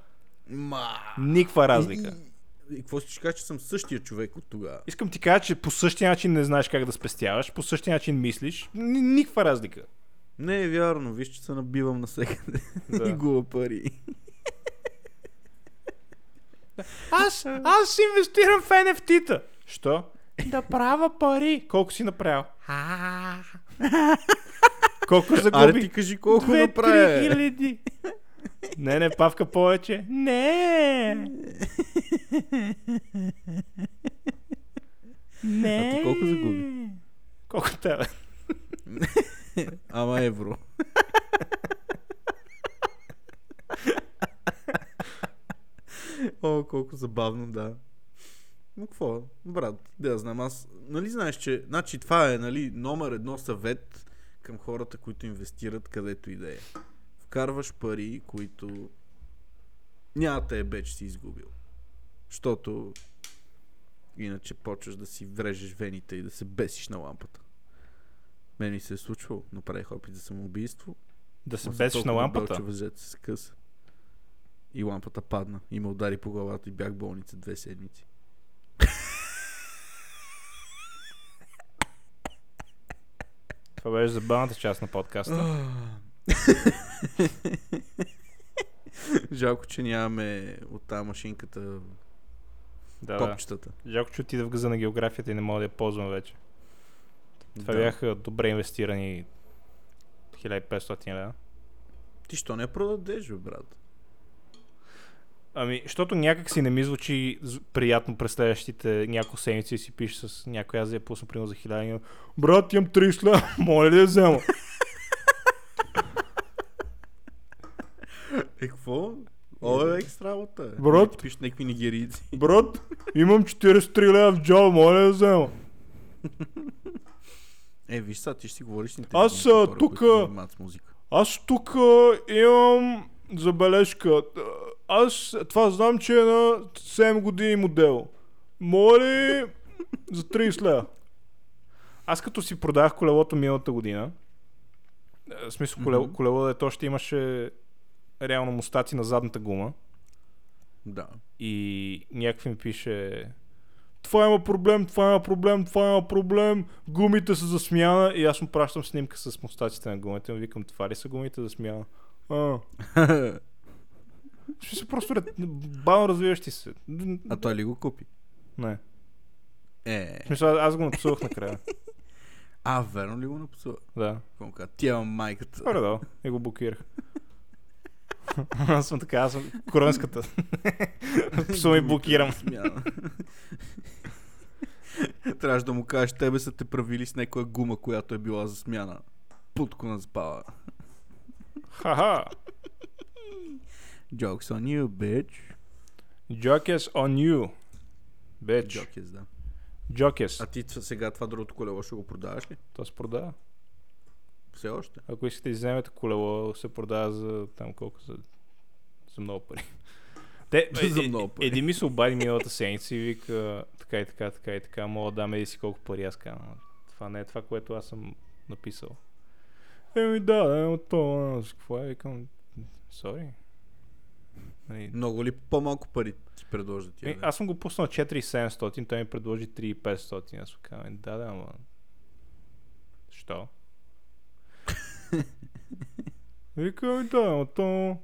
Speaker 2: Ма!
Speaker 1: Никва разлика.
Speaker 2: И- И, и какво ще кажа, че съм същия човек от тогава?
Speaker 1: Искам ти кажа, че по същия начин не знаеш как да спестяваш, по същия начин мислиш. Ни- Никва разлика.
Speaker 2: Не е вярно, виж, че се набивам навсекъде
Speaker 1: Да.
Speaker 2: и губа пари.
Speaker 1: Аз, аз инвестирам в NFT-та. Що? Да правя пари. Колко си направил? Колко
Speaker 2: Аре ти
Speaker 1: загуби?
Speaker 2: кажи колко
Speaker 1: Две, три
Speaker 2: направи.
Speaker 1: хиляди. Не, не, павка повече. Не.
Speaker 2: А ти колко
Speaker 1: Né?
Speaker 2: загуби?
Speaker 1: Колко тебе?
Speaker 2: Ама евро. О, колко забавно, да. Но какво, брат, да я знам, аз, нали знаеш, че, значи това е, нали, номер едно съвет към хората, които инвестират където и да е. Вкарваш пари, които няма те е бе, че си изгубил. Защото иначе почваш да си врежеш вените и да се бесиш на лампата. Мен ми се е случвало, направих опит за самоубийство.
Speaker 1: Да се
Speaker 2: Ма за
Speaker 1: бесиш на
Speaker 2: толкова
Speaker 1: лампата.
Speaker 2: дебел, че въжето се скъса. И лампата падна. И ме удари по главата и бях в болница две седмици.
Speaker 1: Това беше забавната част на подкаста.
Speaker 2: Жалко, че нямаме от тази машинката
Speaker 1: Да, да.
Speaker 2: топчетата.
Speaker 1: Жалко, че отида в газа на географията и не мога да я ползвам вече. Това
Speaker 2: Да.
Speaker 1: бяха добре инвестирани 1500 лева.
Speaker 2: Ти що не я продадеш, бе, брат?
Speaker 1: Ами, защото някак си не ми звучи з- приятно през следващите няколко седмици и си пише с някой, аз да я пусна примерно за 1000 лева. Брат, имам 30 лева, моля ли да я взема?
Speaker 2: Е, какво? О, е екс работа. е.
Speaker 1: Брат.
Speaker 2: Ти пишеш някакви нигерийци.
Speaker 1: Брат, имам 43 лева в джоба, моля ли да я взема?
Speaker 2: Е, виж са, ти ще си говориш с
Speaker 1: Аз,
Speaker 2: интелигентни
Speaker 1: а,
Speaker 2: хора,
Speaker 1: тук,
Speaker 2: които се
Speaker 1: а,
Speaker 2: занимават с музика.
Speaker 1: Аз тук а, имам забележка. Аз това знам, че е на 7 години модел. Моли за 30 лева. Аз като си продах колелото миналата година, е, в смисъл колело,
Speaker 2: Мгм.
Speaker 1: колело то ще имаше реално мустаци на задната гума
Speaker 2: Да.
Speaker 1: и някакви ми пише това има проблем, това има проблем, това има проблем, гумите са за смяна и аз му пращам снимка с мустаците на гумите и му викам това ли са гумите за смяна? А, ще се просто ред... бавно развиващи се.
Speaker 2: а той ли го купи?
Speaker 1: Не.
Speaker 2: Е.
Speaker 1: В смисъл, аз- аз го напсувах накрая.
Speaker 2: А, верно ли го написува?
Speaker 1: Да.
Speaker 2: Какво му казва? Ти имам майката.
Speaker 1: Горе долу. И го блокирах. аз съм така, аз съм коронската. Псувам и блокирам.
Speaker 2: Смяна. Трябваше да му кажеш, тебе са те правили с някоя гума, която е била за смяна. путко на спала.
Speaker 1: Ха-ха.
Speaker 2: Jokes on you, bitch.
Speaker 1: Joke is on you. Bitch.
Speaker 2: Jokes, да.
Speaker 1: Joke
Speaker 2: А
Speaker 1: is.
Speaker 2: ти т- сега това другото колело ще го продаваш ли?
Speaker 1: То се продава.
Speaker 2: Все още?
Speaker 1: Ако искате да изземете колело, се продава за там колко за, за много пари. Те,
Speaker 2: За
Speaker 1: е-
Speaker 2: много
Speaker 1: е-
Speaker 2: пари.
Speaker 1: Един ми се обади миналата седмица и вика така и така, така и така, мога да дам еди си колко пари. Аз казвам, «Ама това не е това, което аз съм написал. Еми да, е от то, аз какво е, викам, сори. Нали,
Speaker 2: Много ли по-малко пари ти предложи тя?
Speaker 1: Ми,
Speaker 2: да?
Speaker 1: Е, аз съм го пуснал 4700, той ми предложи 3500. Аз му казвам, е, да, да, ама... Що? Вика ми, да, ама то...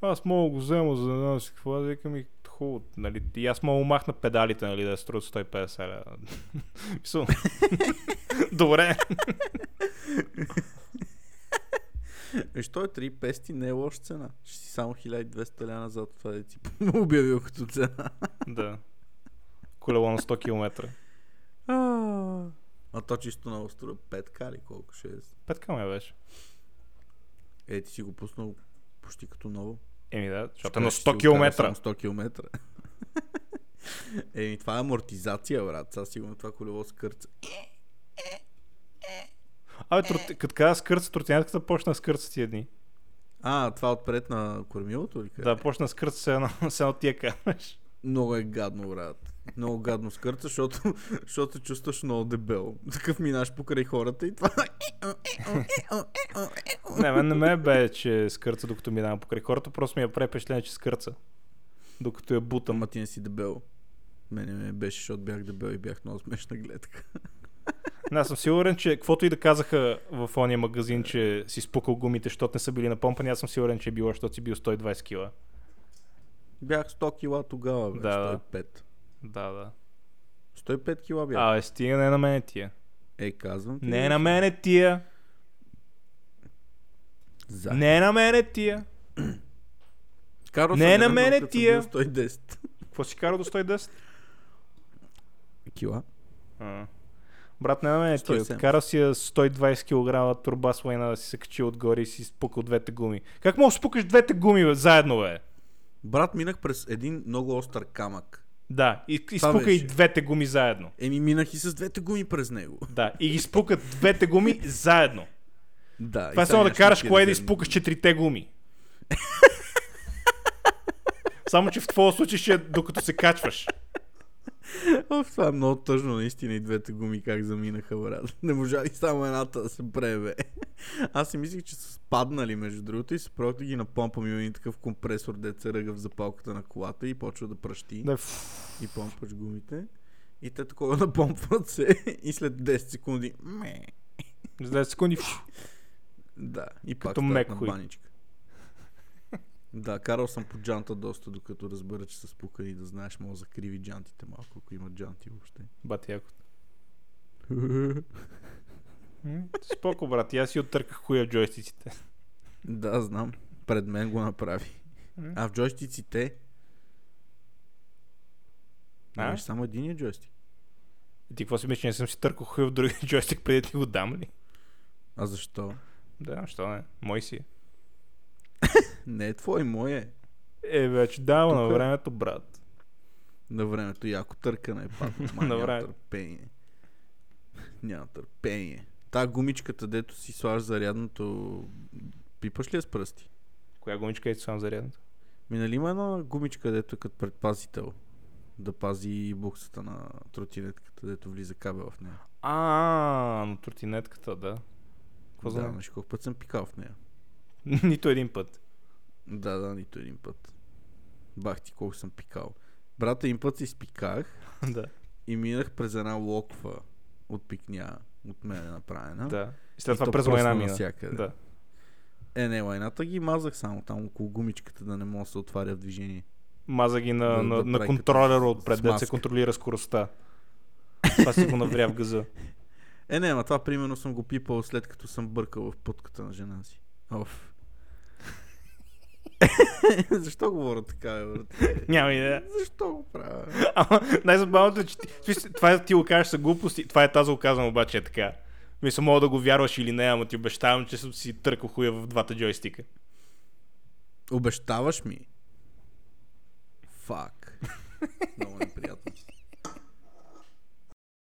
Speaker 1: Аз мога да го взема за една си какво. Вика ми, хубаво, нали? И аз мога да махна педалите, нали, да струват 150 лева. Мисъл, Добре.
Speaker 2: Е, Що е 3 пести не е лоша цена. Ще си само 1200 ля назад от това да ти обявил като цена.
Speaker 1: да. Колело на 100 км.
Speaker 2: А то чисто на острова 5 кали колко 6.
Speaker 1: Петка ме беше.
Speaker 2: Е, ти си го пуснал почти като ново.
Speaker 1: Еми да, защото
Speaker 2: Що
Speaker 1: е на
Speaker 2: ще си
Speaker 1: 100
Speaker 2: го кара
Speaker 1: км.
Speaker 2: само 100 км. Еми, това е амортизация, брат. Сега сигурно това колело с кърца.
Speaker 1: Абе, трот... като каза скърца, тротинатката почна да скърца тия дни.
Speaker 2: А, това отпред на кормилото ли? къде?
Speaker 1: Да, почна с кръст се едно, с едно тия камъш.
Speaker 2: Много е гадно, брат. Много гадно с кърца, защото, защото се чувстваш много дебел. Такъв минаш покрай хората и това.
Speaker 1: Не, мен не ме бе, че скърца, докато минавам покрай хората, просто ми я прави впечатление, че скърца. Докато я бутам.
Speaker 2: Ама ти не си дебел. Мене ме беше, защото бях дебел и бях много смешна гледка.
Speaker 1: Не, аз съм сигурен, че каквото и да казаха в ония магазин, че си спукал гумите, защото не са били напомпани, аз съм сигурен, че е било, защото си бил 120 кила.
Speaker 2: Бях 100 кила тогава, бе.
Speaker 1: Да,
Speaker 2: 105.
Speaker 1: Да, да.
Speaker 2: 105 кила бях.
Speaker 1: А, е, стига не е на мене тия.
Speaker 2: Е, казвам ти.
Speaker 1: Не е на мене тия.
Speaker 2: За.
Speaker 1: Не е на мене тия.
Speaker 2: Карал
Speaker 1: Не
Speaker 2: съм
Speaker 1: е
Speaker 2: едно
Speaker 1: на мене
Speaker 2: едно, като съм
Speaker 1: тия.
Speaker 2: бил 110
Speaker 1: Какво си кара до 110?
Speaker 2: кила.
Speaker 1: А. Брат, не на мене ти.
Speaker 2: 107.
Speaker 1: Карал си я 120 кг турба с лайна да си се качи отгоре и си спукал двете гуми. Как мога да спукаш двете гуми бе, заедно, бе?
Speaker 2: Брат, минах през един много остър камък.
Speaker 1: Да, и, и
Speaker 2: Това
Speaker 1: спука
Speaker 2: беше.
Speaker 1: и двете гуми заедно.
Speaker 2: Еми, минах и с двете гуми през него.
Speaker 1: Да, и ги спукат двете гуми заедно.
Speaker 2: Да.
Speaker 1: Това е
Speaker 2: и сега
Speaker 1: само да
Speaker 2: нямаш
Speaker 1: караш
Speaker 2: никакви
Speaker 1: кола и да
Speaker 2: резервни.
Speaker 1: изпукаш четирите гуми. само, че в твоя случай ще е докато се качваш.
Speaker 2: Оф, това е много тъжно, наистина и двете гуми как заминаха, брат. Не можа ли само едната да се преве. Аз си мислих, че са спаднали, между другото, и се пробвах да ги напомпам. Има един такъв компресор, деца ръга в запалката на колата и почва да пръщи.
Speaker 1: Да,
Speaker 2: И помпаш гумите. И те такова напомпват се и след 10 секунди. Ме.
Speaker 1: за 10 секунди. фу.
Speaker 2: Да, и пак
Speaker 1: Като
Speaker 2: Като
Speaker 1: мек
Speaker 2: мек на
Speaker 1: хуй.
Speaker 2: баничка. да, карал съм по джанта доста, докато разбера, че са спукани, да знаеш, мога да закриви джантите малко, ако има джанти въобще.
Speaker 1: Бати, яко. М, Споко, брат, и аз си оттърках хуя в джойстиците.
Speaker 2: да, знам. Пред мен го направи.
Speaker 1: М.
Speaker 2: а в джойстиците...
Speaker 1: А?
Speaker 2: А? само един джойстик.
Speaker 1: И Ти какво си мислиш, че не съм си търкал хуй в другия джойстик преди да ти го дам ли?
Speaker 2: А защо?
Speaker 1: Да, що не? Мой си е.
Speaker 2: Не е твой, мое.
Speaker 1: Е, вече дава на
Speaker 2: Тук е.
Speaker 1: времето, брат.
Speaker 2: На времето яко търкане е пак.
Speaker 1: На
Speaker 2: Май, няма
Speaker 1: време.
Speaker 2: търпение. Няма търпение. Та гумичката, дето си слагаш зарядното, пипаш ли я с пръсти?
Speaker 1: Коя гумичка е ти сам зарядната?
Speaker 2: Ми нали има една гумичка, дето е като предпазител? Да пази буксата на тротинетката, дето влиза кабел в нея.
Speaker 1: А, на тротинетката, да. Какво
Speaker 2: да,
Speaker 1: знам?
Speaker 2: знаеш колко път съм пикал в нея.
Speaker 1: Нито един път.
Speaker 2: Да, да, нито един път. Бах ти колко съм пикал. Брата, един път се изпиках
Speaker 1: да,
Speaker 2: и минах през една локва от пикня, от мене направена.
Speaker 1: да. И след
Speaker 2: И
Speaker 1: това
Speaker 2: то
Speaker 1: през
Speaker 2: пръсна
Speaker 1: лайна мина.
Speaker 2: навсякъде.
Speaker 1: Да.
Speaker 2: Е, не, лайната ги мазах само там около гумичката, да не мога да се отваря в движение.
Speaker 1: Маза ги на,
Speaker 2: Да,
Speaker 1: на,
Speaker 2: да
Speaker 1: на
Speaker 2: прави
Speaker 1: контролера
Speaker 2: като
Speaker 1: отпред,
Speaker 2: с
Speaker 1: да се
Speaker 2: маска.
Speaker 1: контролира скоростта. Това си го навря в газа.
Speaker 2: Е, не, ама това примерно съм го пипал след като съм бъркал в путката на жена си. Оф. Защо говоря така, бе, брат?
Speaker 1: Няма идея.
Speaker 2: Защо го правя?
Speaker 1: Ама най-забавното е, че ти, в смисъл, това ти го кажеш са глупости, това е тази го казвам обаче е така. Мисля, мога да го вярваш или не, ама ти обещавам, че съм си търкал хуя в двата джойстика.
Speaker 2: Обещаваш ми? Фак. Много неприятно.